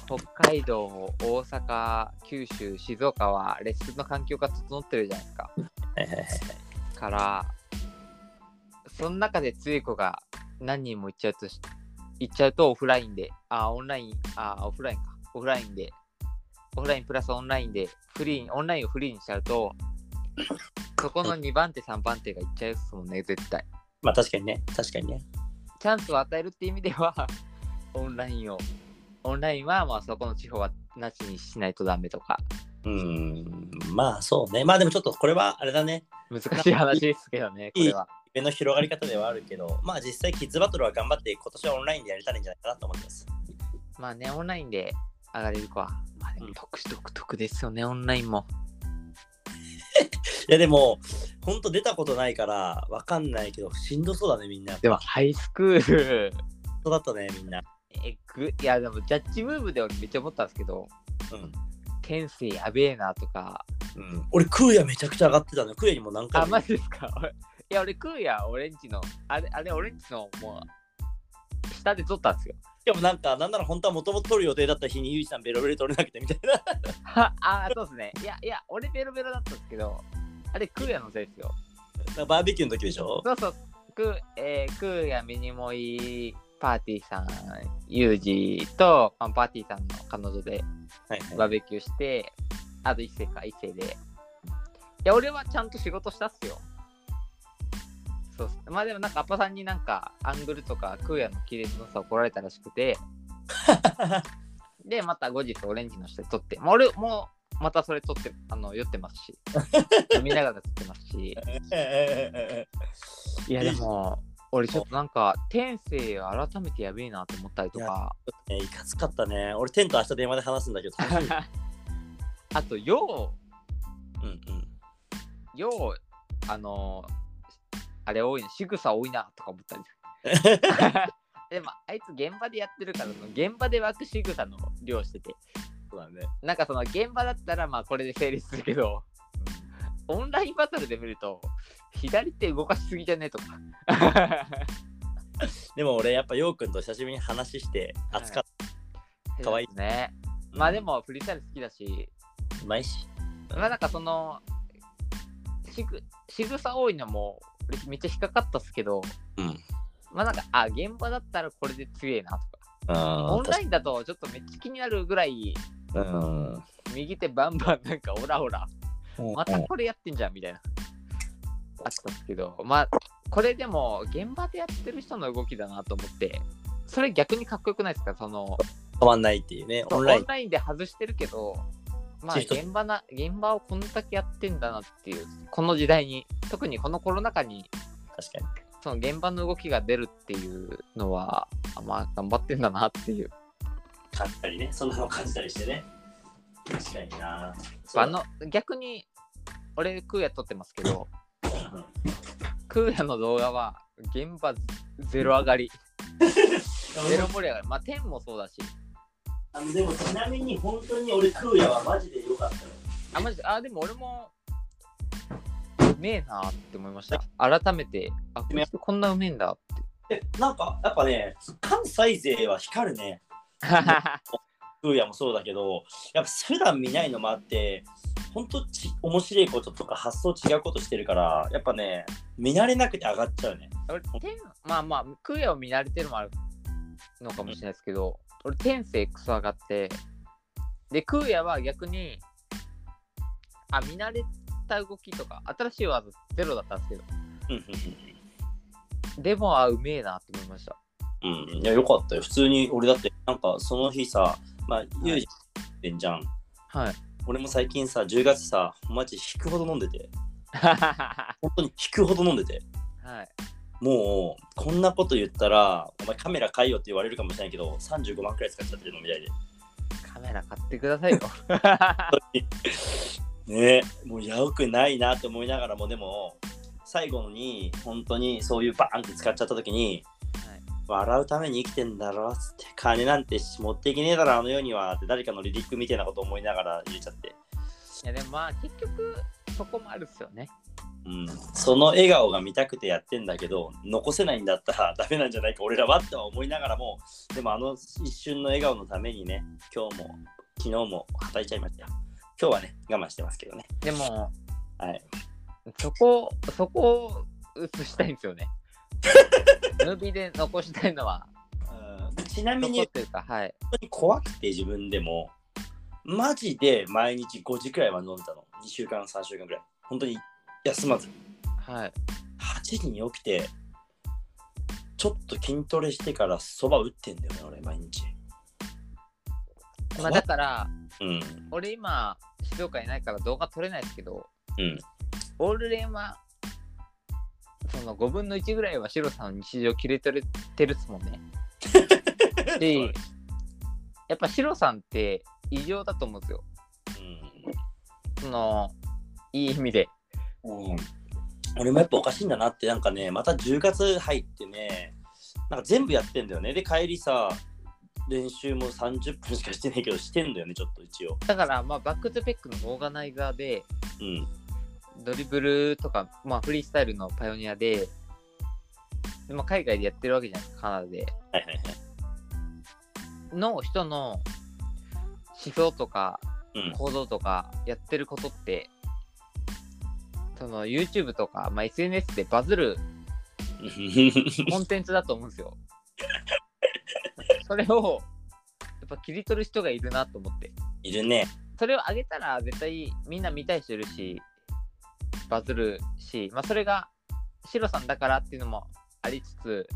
S2: 北海道大阪九州静岡はレッスンの環境が整ってるじゃないですかからその中で強い子が何人も行っちゃうとし行っちゃうとオフラインであオンラインあオフラインかオフラインでオフラインプラスオンラインでフリーにオンラインをフリーにしちゃうとそこの2番手3番手が行っちゃうっすもんね絶対
S1: まあ確かにね、確かにね。
S2: チャンスを与えるって意味では、 [laughs] オンラインを。オンラインは、まあ、そこの地方はなしにしないとダメとか、
S1: うーん、まあそうね。まあでもちょっとこれはあれだね、
S2: 難しい話ですけどね、これは。
S1: 夢の広がり方ではあるけど、まあ実際キッズバトルは頑張って今年はオンラインでやれたらいいんじゃないかなと思ってます。
S2: まあね、オンラインで上がれる子は、まあで
S1: う
S2: も
S1: ん
S2: 特殊独特ですよね、オンラインも。
S1: いやでも、ほんと出たことないから、わかんないけど、しんどそうだね、みんな。
S2: でも、ハイスクール、 [laughs]
S1: そうだったね、みんな。
S2: えぐいや、でも、ジャッジムーブで俺めっちゃ思ったんですけど、
S1: うん。
S2: 天性やべえなとか、
S1: うん、俺、クーヤめちゃくちゃ上がってたの。クーヤにも何回
S2: あ、
S1: も。
S2: マジですか。 [laughs] 俺いや、俺、クーやオレンジの、あれ、あれ、オレンジの、もう、下で撮ったんですよ。
S1: しかもなんか、なんなら本当はもともと取る予定だった日に、ゆうじさ
S2: [laughs]
S1: んベロベロで取れなくてみたいな。 [laughs]
S2: はあーそうですねいやいや俺ベロベロだったんですけどあれ、クーヤのせいですよ。
S1: らバーベキューの時でしょ
S2: そうそう、ク,、えー、クーヤミニモイパーティーさん、ユージとあパーティーさんの彼女で
S1: はいはい。
S2: バーベキューして、あと一世か、一世で。いや、俺はちゃんと仕事したっすよ。そうっすまあでもなんか、アッパさんになんか、アングルとか、クーヤの亀裂のさ、怒られたらしく [laughs] て、で、また後日オレンジの下で撮って、まあ、俺もまたそれ撮って、あの、酔ってますし、飲みながら撮ってますし、いやでも、俺ちょっとなんか、天性改めてやべえなと思ったりとか、
S1: えいかつかったね。俺、テンと明日電話で話すんだけど、楽しみ
S2: あと、よ
S1: うんうん。
S2: う、よう、あの、あれ多いな、仕草多いなとか思ったり。
S1: [laughs]
S2: でも、あいつ現場でやってるから、その現場で湧く仕草の量してて、
S1: そうだね。
S2: なんかその現場だったら、まあこれで成立するけど、オンラインバトルで見ると、左手動かしすぎじゃねえとか。
S1: でも俺、やっぱ、ようくんと久しぶりに話して、熱かっ可愛い
S2: ね。
S1: た。
S2: まあで、も、フリースタイル好きだし、
S1: うまいし。
S2: まあなんかその、しぐ仕草多いのも、俺めっちゃ引っかかったっすけど、
S1: うん。
S2: まあなんか、あ、現場だったらこれで強えなとか。
S1: あ
S2: オンラインだとちょっとめっちゃ気になるぐらい、
S1: うん。
S2: 右手バンバンなんかオラオラ、また
S1: うん
S2: これやってんじゃんみたいな。あったんですけど、まあ、これでも現場でやってる人の動きだなと思って、それ逆にかっこよくないですかその、
S1: 変わんないっていうね、オンライン。
S2: で外してるけど、まあ
S1: シフト
S2: 現場な、現場をこんだけやってんだなっていう、この時代に、特にこのコロナ禍に、
S1: 確かに。
S2: その現場の動きが出るっていうのは、あまあ頑張ってんだなっていう。
S1: 感じたりね、そんなの感じたりしてね。確かにな。
S2: あの、逆に、俺、クーヤ撮ってますけど、
S1: うん
S2: クーヤの動画は、現場ゼロ上がり、ゼロ盛り上がり、まあ、天もそうだし、
S1: あのでもちなみに本当に俺クーヤはマジで良かったよ。
S2: あ、マジで、あ、でも俺も、うめえなって思いました。改めて、あ、こいつこんなうめえんだって。
S1: えなんかやっぱね関西勢は光るねクーヤもそうだけどやっぱ普段見ないのもあって本当ち面白いこととか発想違うことしてるからやっぱね見慣れなくて上がっちゃうね。
S2: 俺天まあまあクエを見慣れてるのもあるのかもしれないですけど、俺天性クソ上がってでクーヤは逆にあ見慣れた動きとか新しい技ゼロだったんですけど
S1: うん
S2: でもあうめえなって思いました
S1: うんうんうんいや良かったよ普通に俺だってなんかその日さまあユージってんじゃん。
S2: [laughs] はい
S1: 俺も最近さ10月さマジ引くほど飲んでて本当に引くほど飲んでて。
S2: はい
S1: もうこんなこと言ったらお前カメラ買いよって言われるかもしれないけど35万くらい使っちゃってるのみたい
S2: カメラ買ってくだ [laughs] さいよ
S1: でねえもうやうくないなって思いながらもでも最後に本当にそういうバーンって使っちゃった時に、
S2: はい
S1: 笑うために生きてんだろっつって金なんて持っていけねえだろあの世にはって誰かのリリックみたいなこと思いながら言っちゃって、
S2: いやでもまあ結局そこもあるっすよね
S1: うん、その笑顔が見たくてやってんだけど残せないんだったらダメなんじゃないか俺らはっては思いながらもでもあの一瞬の笑顔のためにね今日も昨日もはたいちゃいましたよ今日はね我慢してますけどね
S2: でも
S1: はい
S2: そこ、そこを映したいんです [laughs] よね。ムービーで残したいのは、
S1: ちなみ
S2: 残
S1: に
S2: っ
S1: 本
S2: ていうか、はい。
S1: 当に怖くて自分でもマジで毎日5時くらいは飲んでたの2週間3週間くらい本当に休まず
S2: はい。
S1: 8時に起きてちょっと筋トレしてからそば打ってんだよね俺毎日
S2: まあだから、
S1: うん
S2: 俺今、静岡いないから動画撮れないですけど、
S1: うん
S2: オールレンは、その5分の1ぐらいはシロさんの日常切れ取れてるっすもんね。で、やっぱシロさんって異常だと思うんですよ。その、いい意味で。
S1: うん、俺もやっぱおかしいんだなってなんかねまた10月入ってねなんか全部やってんだよねで帰りさ練習も30分しかしてないけどしてんだよねちょっと一応
S2: だから、まあ、バックトゥペックのオーガナイザーで、
S1: うん
S2: ドリブルとか、まあ、フリースタイルのパイオニアで、でまあ、海外でやってるわけじゃないですか、カナダで。
S1: はいはい
S2: の人の思想とか
S1: はい
S2: 行動とかやってることって、その YouTube とか、まあ、SNS でバ
S1: [laughs]
S2: ズるコンテンツだと思うんですよ。それをやっぱ切り取る人がいるなと思って。
S1: いるね。
S2: それを上げたら絶対みんな見たい人いるし、バズるし、まあ、それがシロさんだからっていうのもありつつ、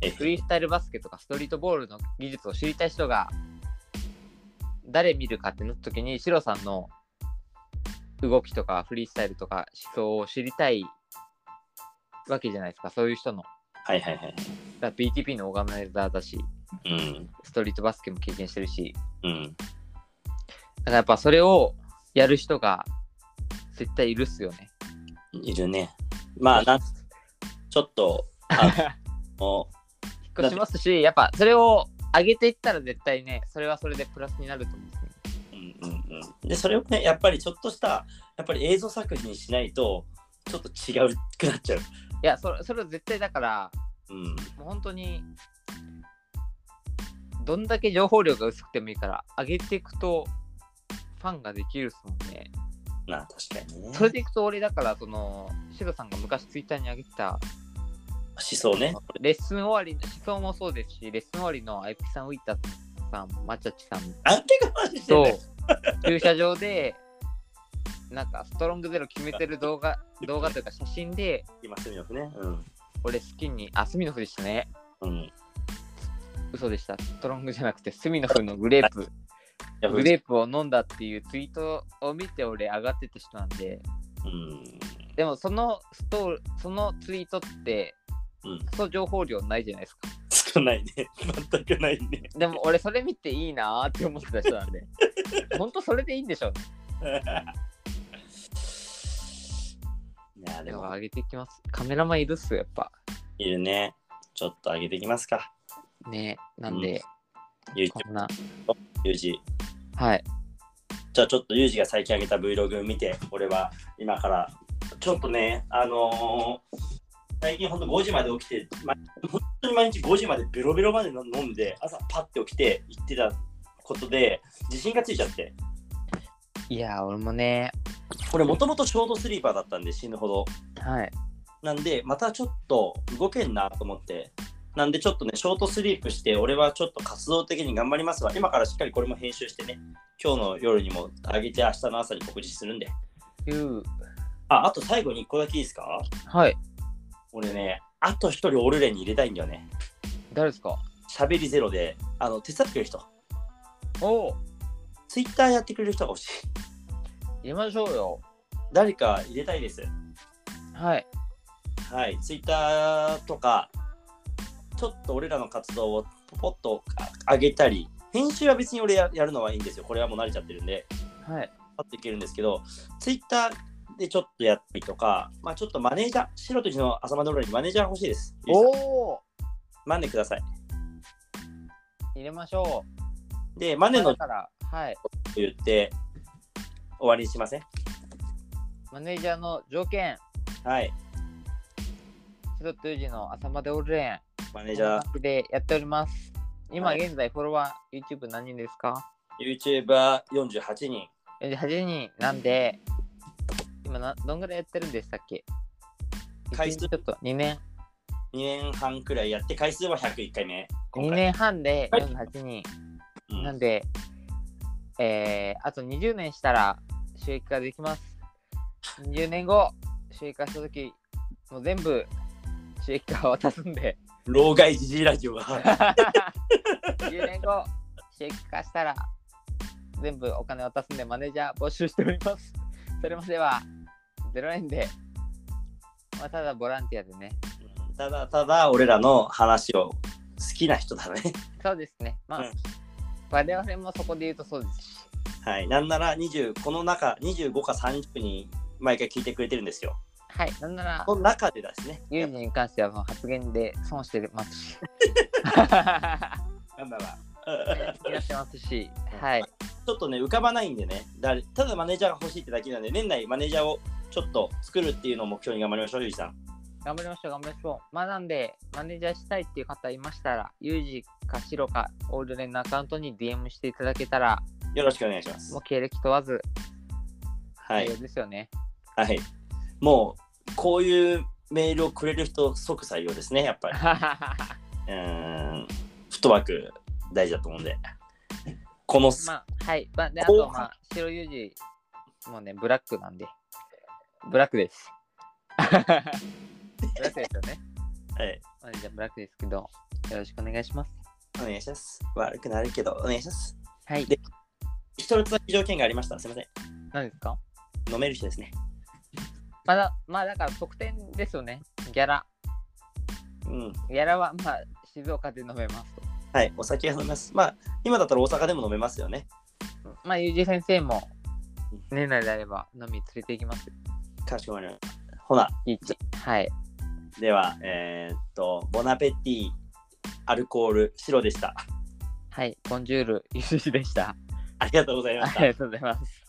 S1: え
S2: フリースタイルバスケとかストリートボールの技術を知りたい人が誰見るかってなった時にシロさんの動きとかフリースタイルとか思想を知りたいわけじゃないですかそういう人の
S1: はいはいはい。
S2: だから BTP のオーガナイザーだし
S1: うん。
S2: ストリートバスケも経験してるし
S1: うん。
S2: だからやっぱそれをやる人が絶対いるっすよね
S1: いるね。まあ、なんちょっと、
S2: [laughs]
S1: あの、
S2: 引っ越しますしやっぱそれを上げていったら絶対ねそれはそれでプラスになると思うんですね
S1: うんうんうん。で、それをね、やっぱりちょっとした、やっぱり映像作品にしないと、ちょっと違うくなっちゃう。
S2: いやそれそれは絶対だから
S1: うん。
S2: もう本当にどんだけ情報量が薄くてもいいから上げていくとファンができるっすもんね。
S1: まあ、確かにね。
S2: それでいくと俺だからそのシロさんが昔ツイッターに上げてた
S1: 思想ね。
S2: レッスン終わりの思想もそうですしレッスン終わりのアイピさんウィタさんマチャチさん
S1: なんて話してん
S2: と
S1: だよ
S2: [laughs] 駐車場でなんかストロングゼロ決めてる動画動画というか写真で
S1: 今、すみませんね。うん。
S2: 俺好きにあスミノフでしたね
S1: うん。い
S2: 嘘でしたストロングじゃなくてスミノフのグレープ
S1: や
S2: グレープを飲んだっていうツイートを見て俺上がってた人なんで
S1: うん。
S2: でもそのストーそのツイートって
S1: うん。
S2: クソ情報量ないじゃないですか
S1: 少ないね。全くないね。 [laughs]
S2: でも俺それ見ていいなーって思ってた人なんで本当それでいいんでしょうね
S1: いや、
S2: で
S1: で
S2: も
S1: も、
S2: 上げていきますカメラマンいるっすよやっぱ
S1: いるね。ちょっと上げていきますか。
S2: ねなんで、
S1: YouTube
S2: こんな
S1: ユージ。
S2: はい
S1: じゃあちょっとユージが最近上げた Vlog 見て、俺は今から。ちょっとね、あのー最近ほんと5時まで起きて、ま、本当に毎日5時までベロベロまで飲んで、朝パッて起きて行ってたことで、自信がついちゃって。
S2: いやー俺もね
S1: 俺もともとショートスリーパーだったんで死ぬほど。
S2: はい
S1: なんで、またちょっと動けんなと思って。なんでちょっとね、ショートスリープして、俺はちょっと活動的に頑張りますわ。今からしっかりこれも編集してね、今日の夜にも上げて、明日の朝に告示するんで。
S2: いう
S1: あ、あと最後に1個だけいいですか
S2: はい
S1: 俺ね、あと1人オルレに入れたいんだよね。
S2: 誰ですか
S1: 喋りゼロで、あの、手伝ってくれる人。
S2: おお
S1: ツイッターやってくれる人が欲しい。
S2: 入れましょうよ
S1: 誰か入れたいです。
S2: はい
S1: はい、ツイッターとか、ちょっと俺らの活動をポポッとあ上げたり、編集は別に俺ややるのはいいんですよ。これはもう慣れちゃってるんで、
S2: はい
S1: パッといけるんですけど、ツイッターでちょっとやったりとか、まあちょっとマネージャー、白とじの朝まで俺にマネージャー欲しいです。
S2: おお
S1: マネください。
S2: 入れましょう
S1: で、マネの
S2: だからはい
S1: と言って終わりにしません
S2: マネージャーの条件、
S1: はい、
S2: シロとユージの朝までオールレ
S1: マ
S2: ー
S1: ネ
S2: ン、
S1: ージャー
S2: こんな感じでやっております。今
S1: はい
S2: 現在フォロワー、YouTube 何人ですか
S1: YouTuber48 人
S2: ?48 人なんで、今などんぐらいやってるんでしたっけ
S1: 回数
S2: 一日ちょっと2年、
S1: 2年半くらいやって回数は101回目
S2: 2年半で48人。
S1: うん
S2: なんで、えー、あと20年したら収益化できます。20年後、収益化したとき、もう全部収益化を渡すんで。
S1: [laughs] 老害じじいラジオは
S2: 10年後、収益化したら、全部お金渡すんで、マネージャー募集しております。それまでは、0円で、まあ、ただボランティアでね。
S1: ただただ俺らの話を好きな人だね
S2: そうですね。まあ、
S1: うん
S2: 我々もそこで言うとそうですし、
S1: はいなんなら20この中25か30人毎回聞いてくれてるんですよ
S2: はい、なんなら
S1: こ、の中でですね
S2: ユージに関してはもう発言で損してますし。
S1: [laughs] なんなら
S2: やってますし、はい。
S1: ちょっとね浮かばないんでね誰ただマネージャーが欲しいってだけなんで年内マネージャーをちょっと作るっていうのを目標に頑張りましょうゆうじさん
S2: 頑張りましょう、頑張りましょう。まあ、なんで、マネージャーしたいっていう方いましたら、ユージかシロかオールデンのアカウントに DM していただけたら、
S1: よろしくお願いします
S2: もう経歴問わず、
S1: はい
S2: 対応ですよね。 [laughs]
S1: はいもうこういうメールをくれる人即採用ですねやっぱりうーんフットワーク大事だと思うんでこの、
S2: まあ、はい。まあ、で、あ
S1: 後
S2: と、
S1: 半
S2: まあ、白ユージもね、ブラックなんで、ブラッ
S1: [laughs]
S2: クです。ブラックですよね。
S1: はい、
S2: まあ、じゃあブラックですけど、よろしくお願いします。
S1: お願いします悪くなるけどお願いします
S2: はい。
S1: で一つだけ条件がありましたすいません
S2: 何ですか
S1: 飲める人ですね
S2: まだ、まあ、だから特典ですよね。ギャラ。
S1: うん
S2: ギャラは、まあ、静岡で飲めますと。
S1: はいお酒が飲めますまあ今だったら大阪でも飲めますよね
S2: まあ、ユージ先生も、年内であれば飲み連れて行きますよ。
S1: かしこまりましたほな
S2: 月一はい。
S1: ではえーっとボナペティアルコール白でした
S2: はい。ボンジュール、ユージでした。
S1: ありがとうございま
S2: あ
S1: した
S2: りがとうございます。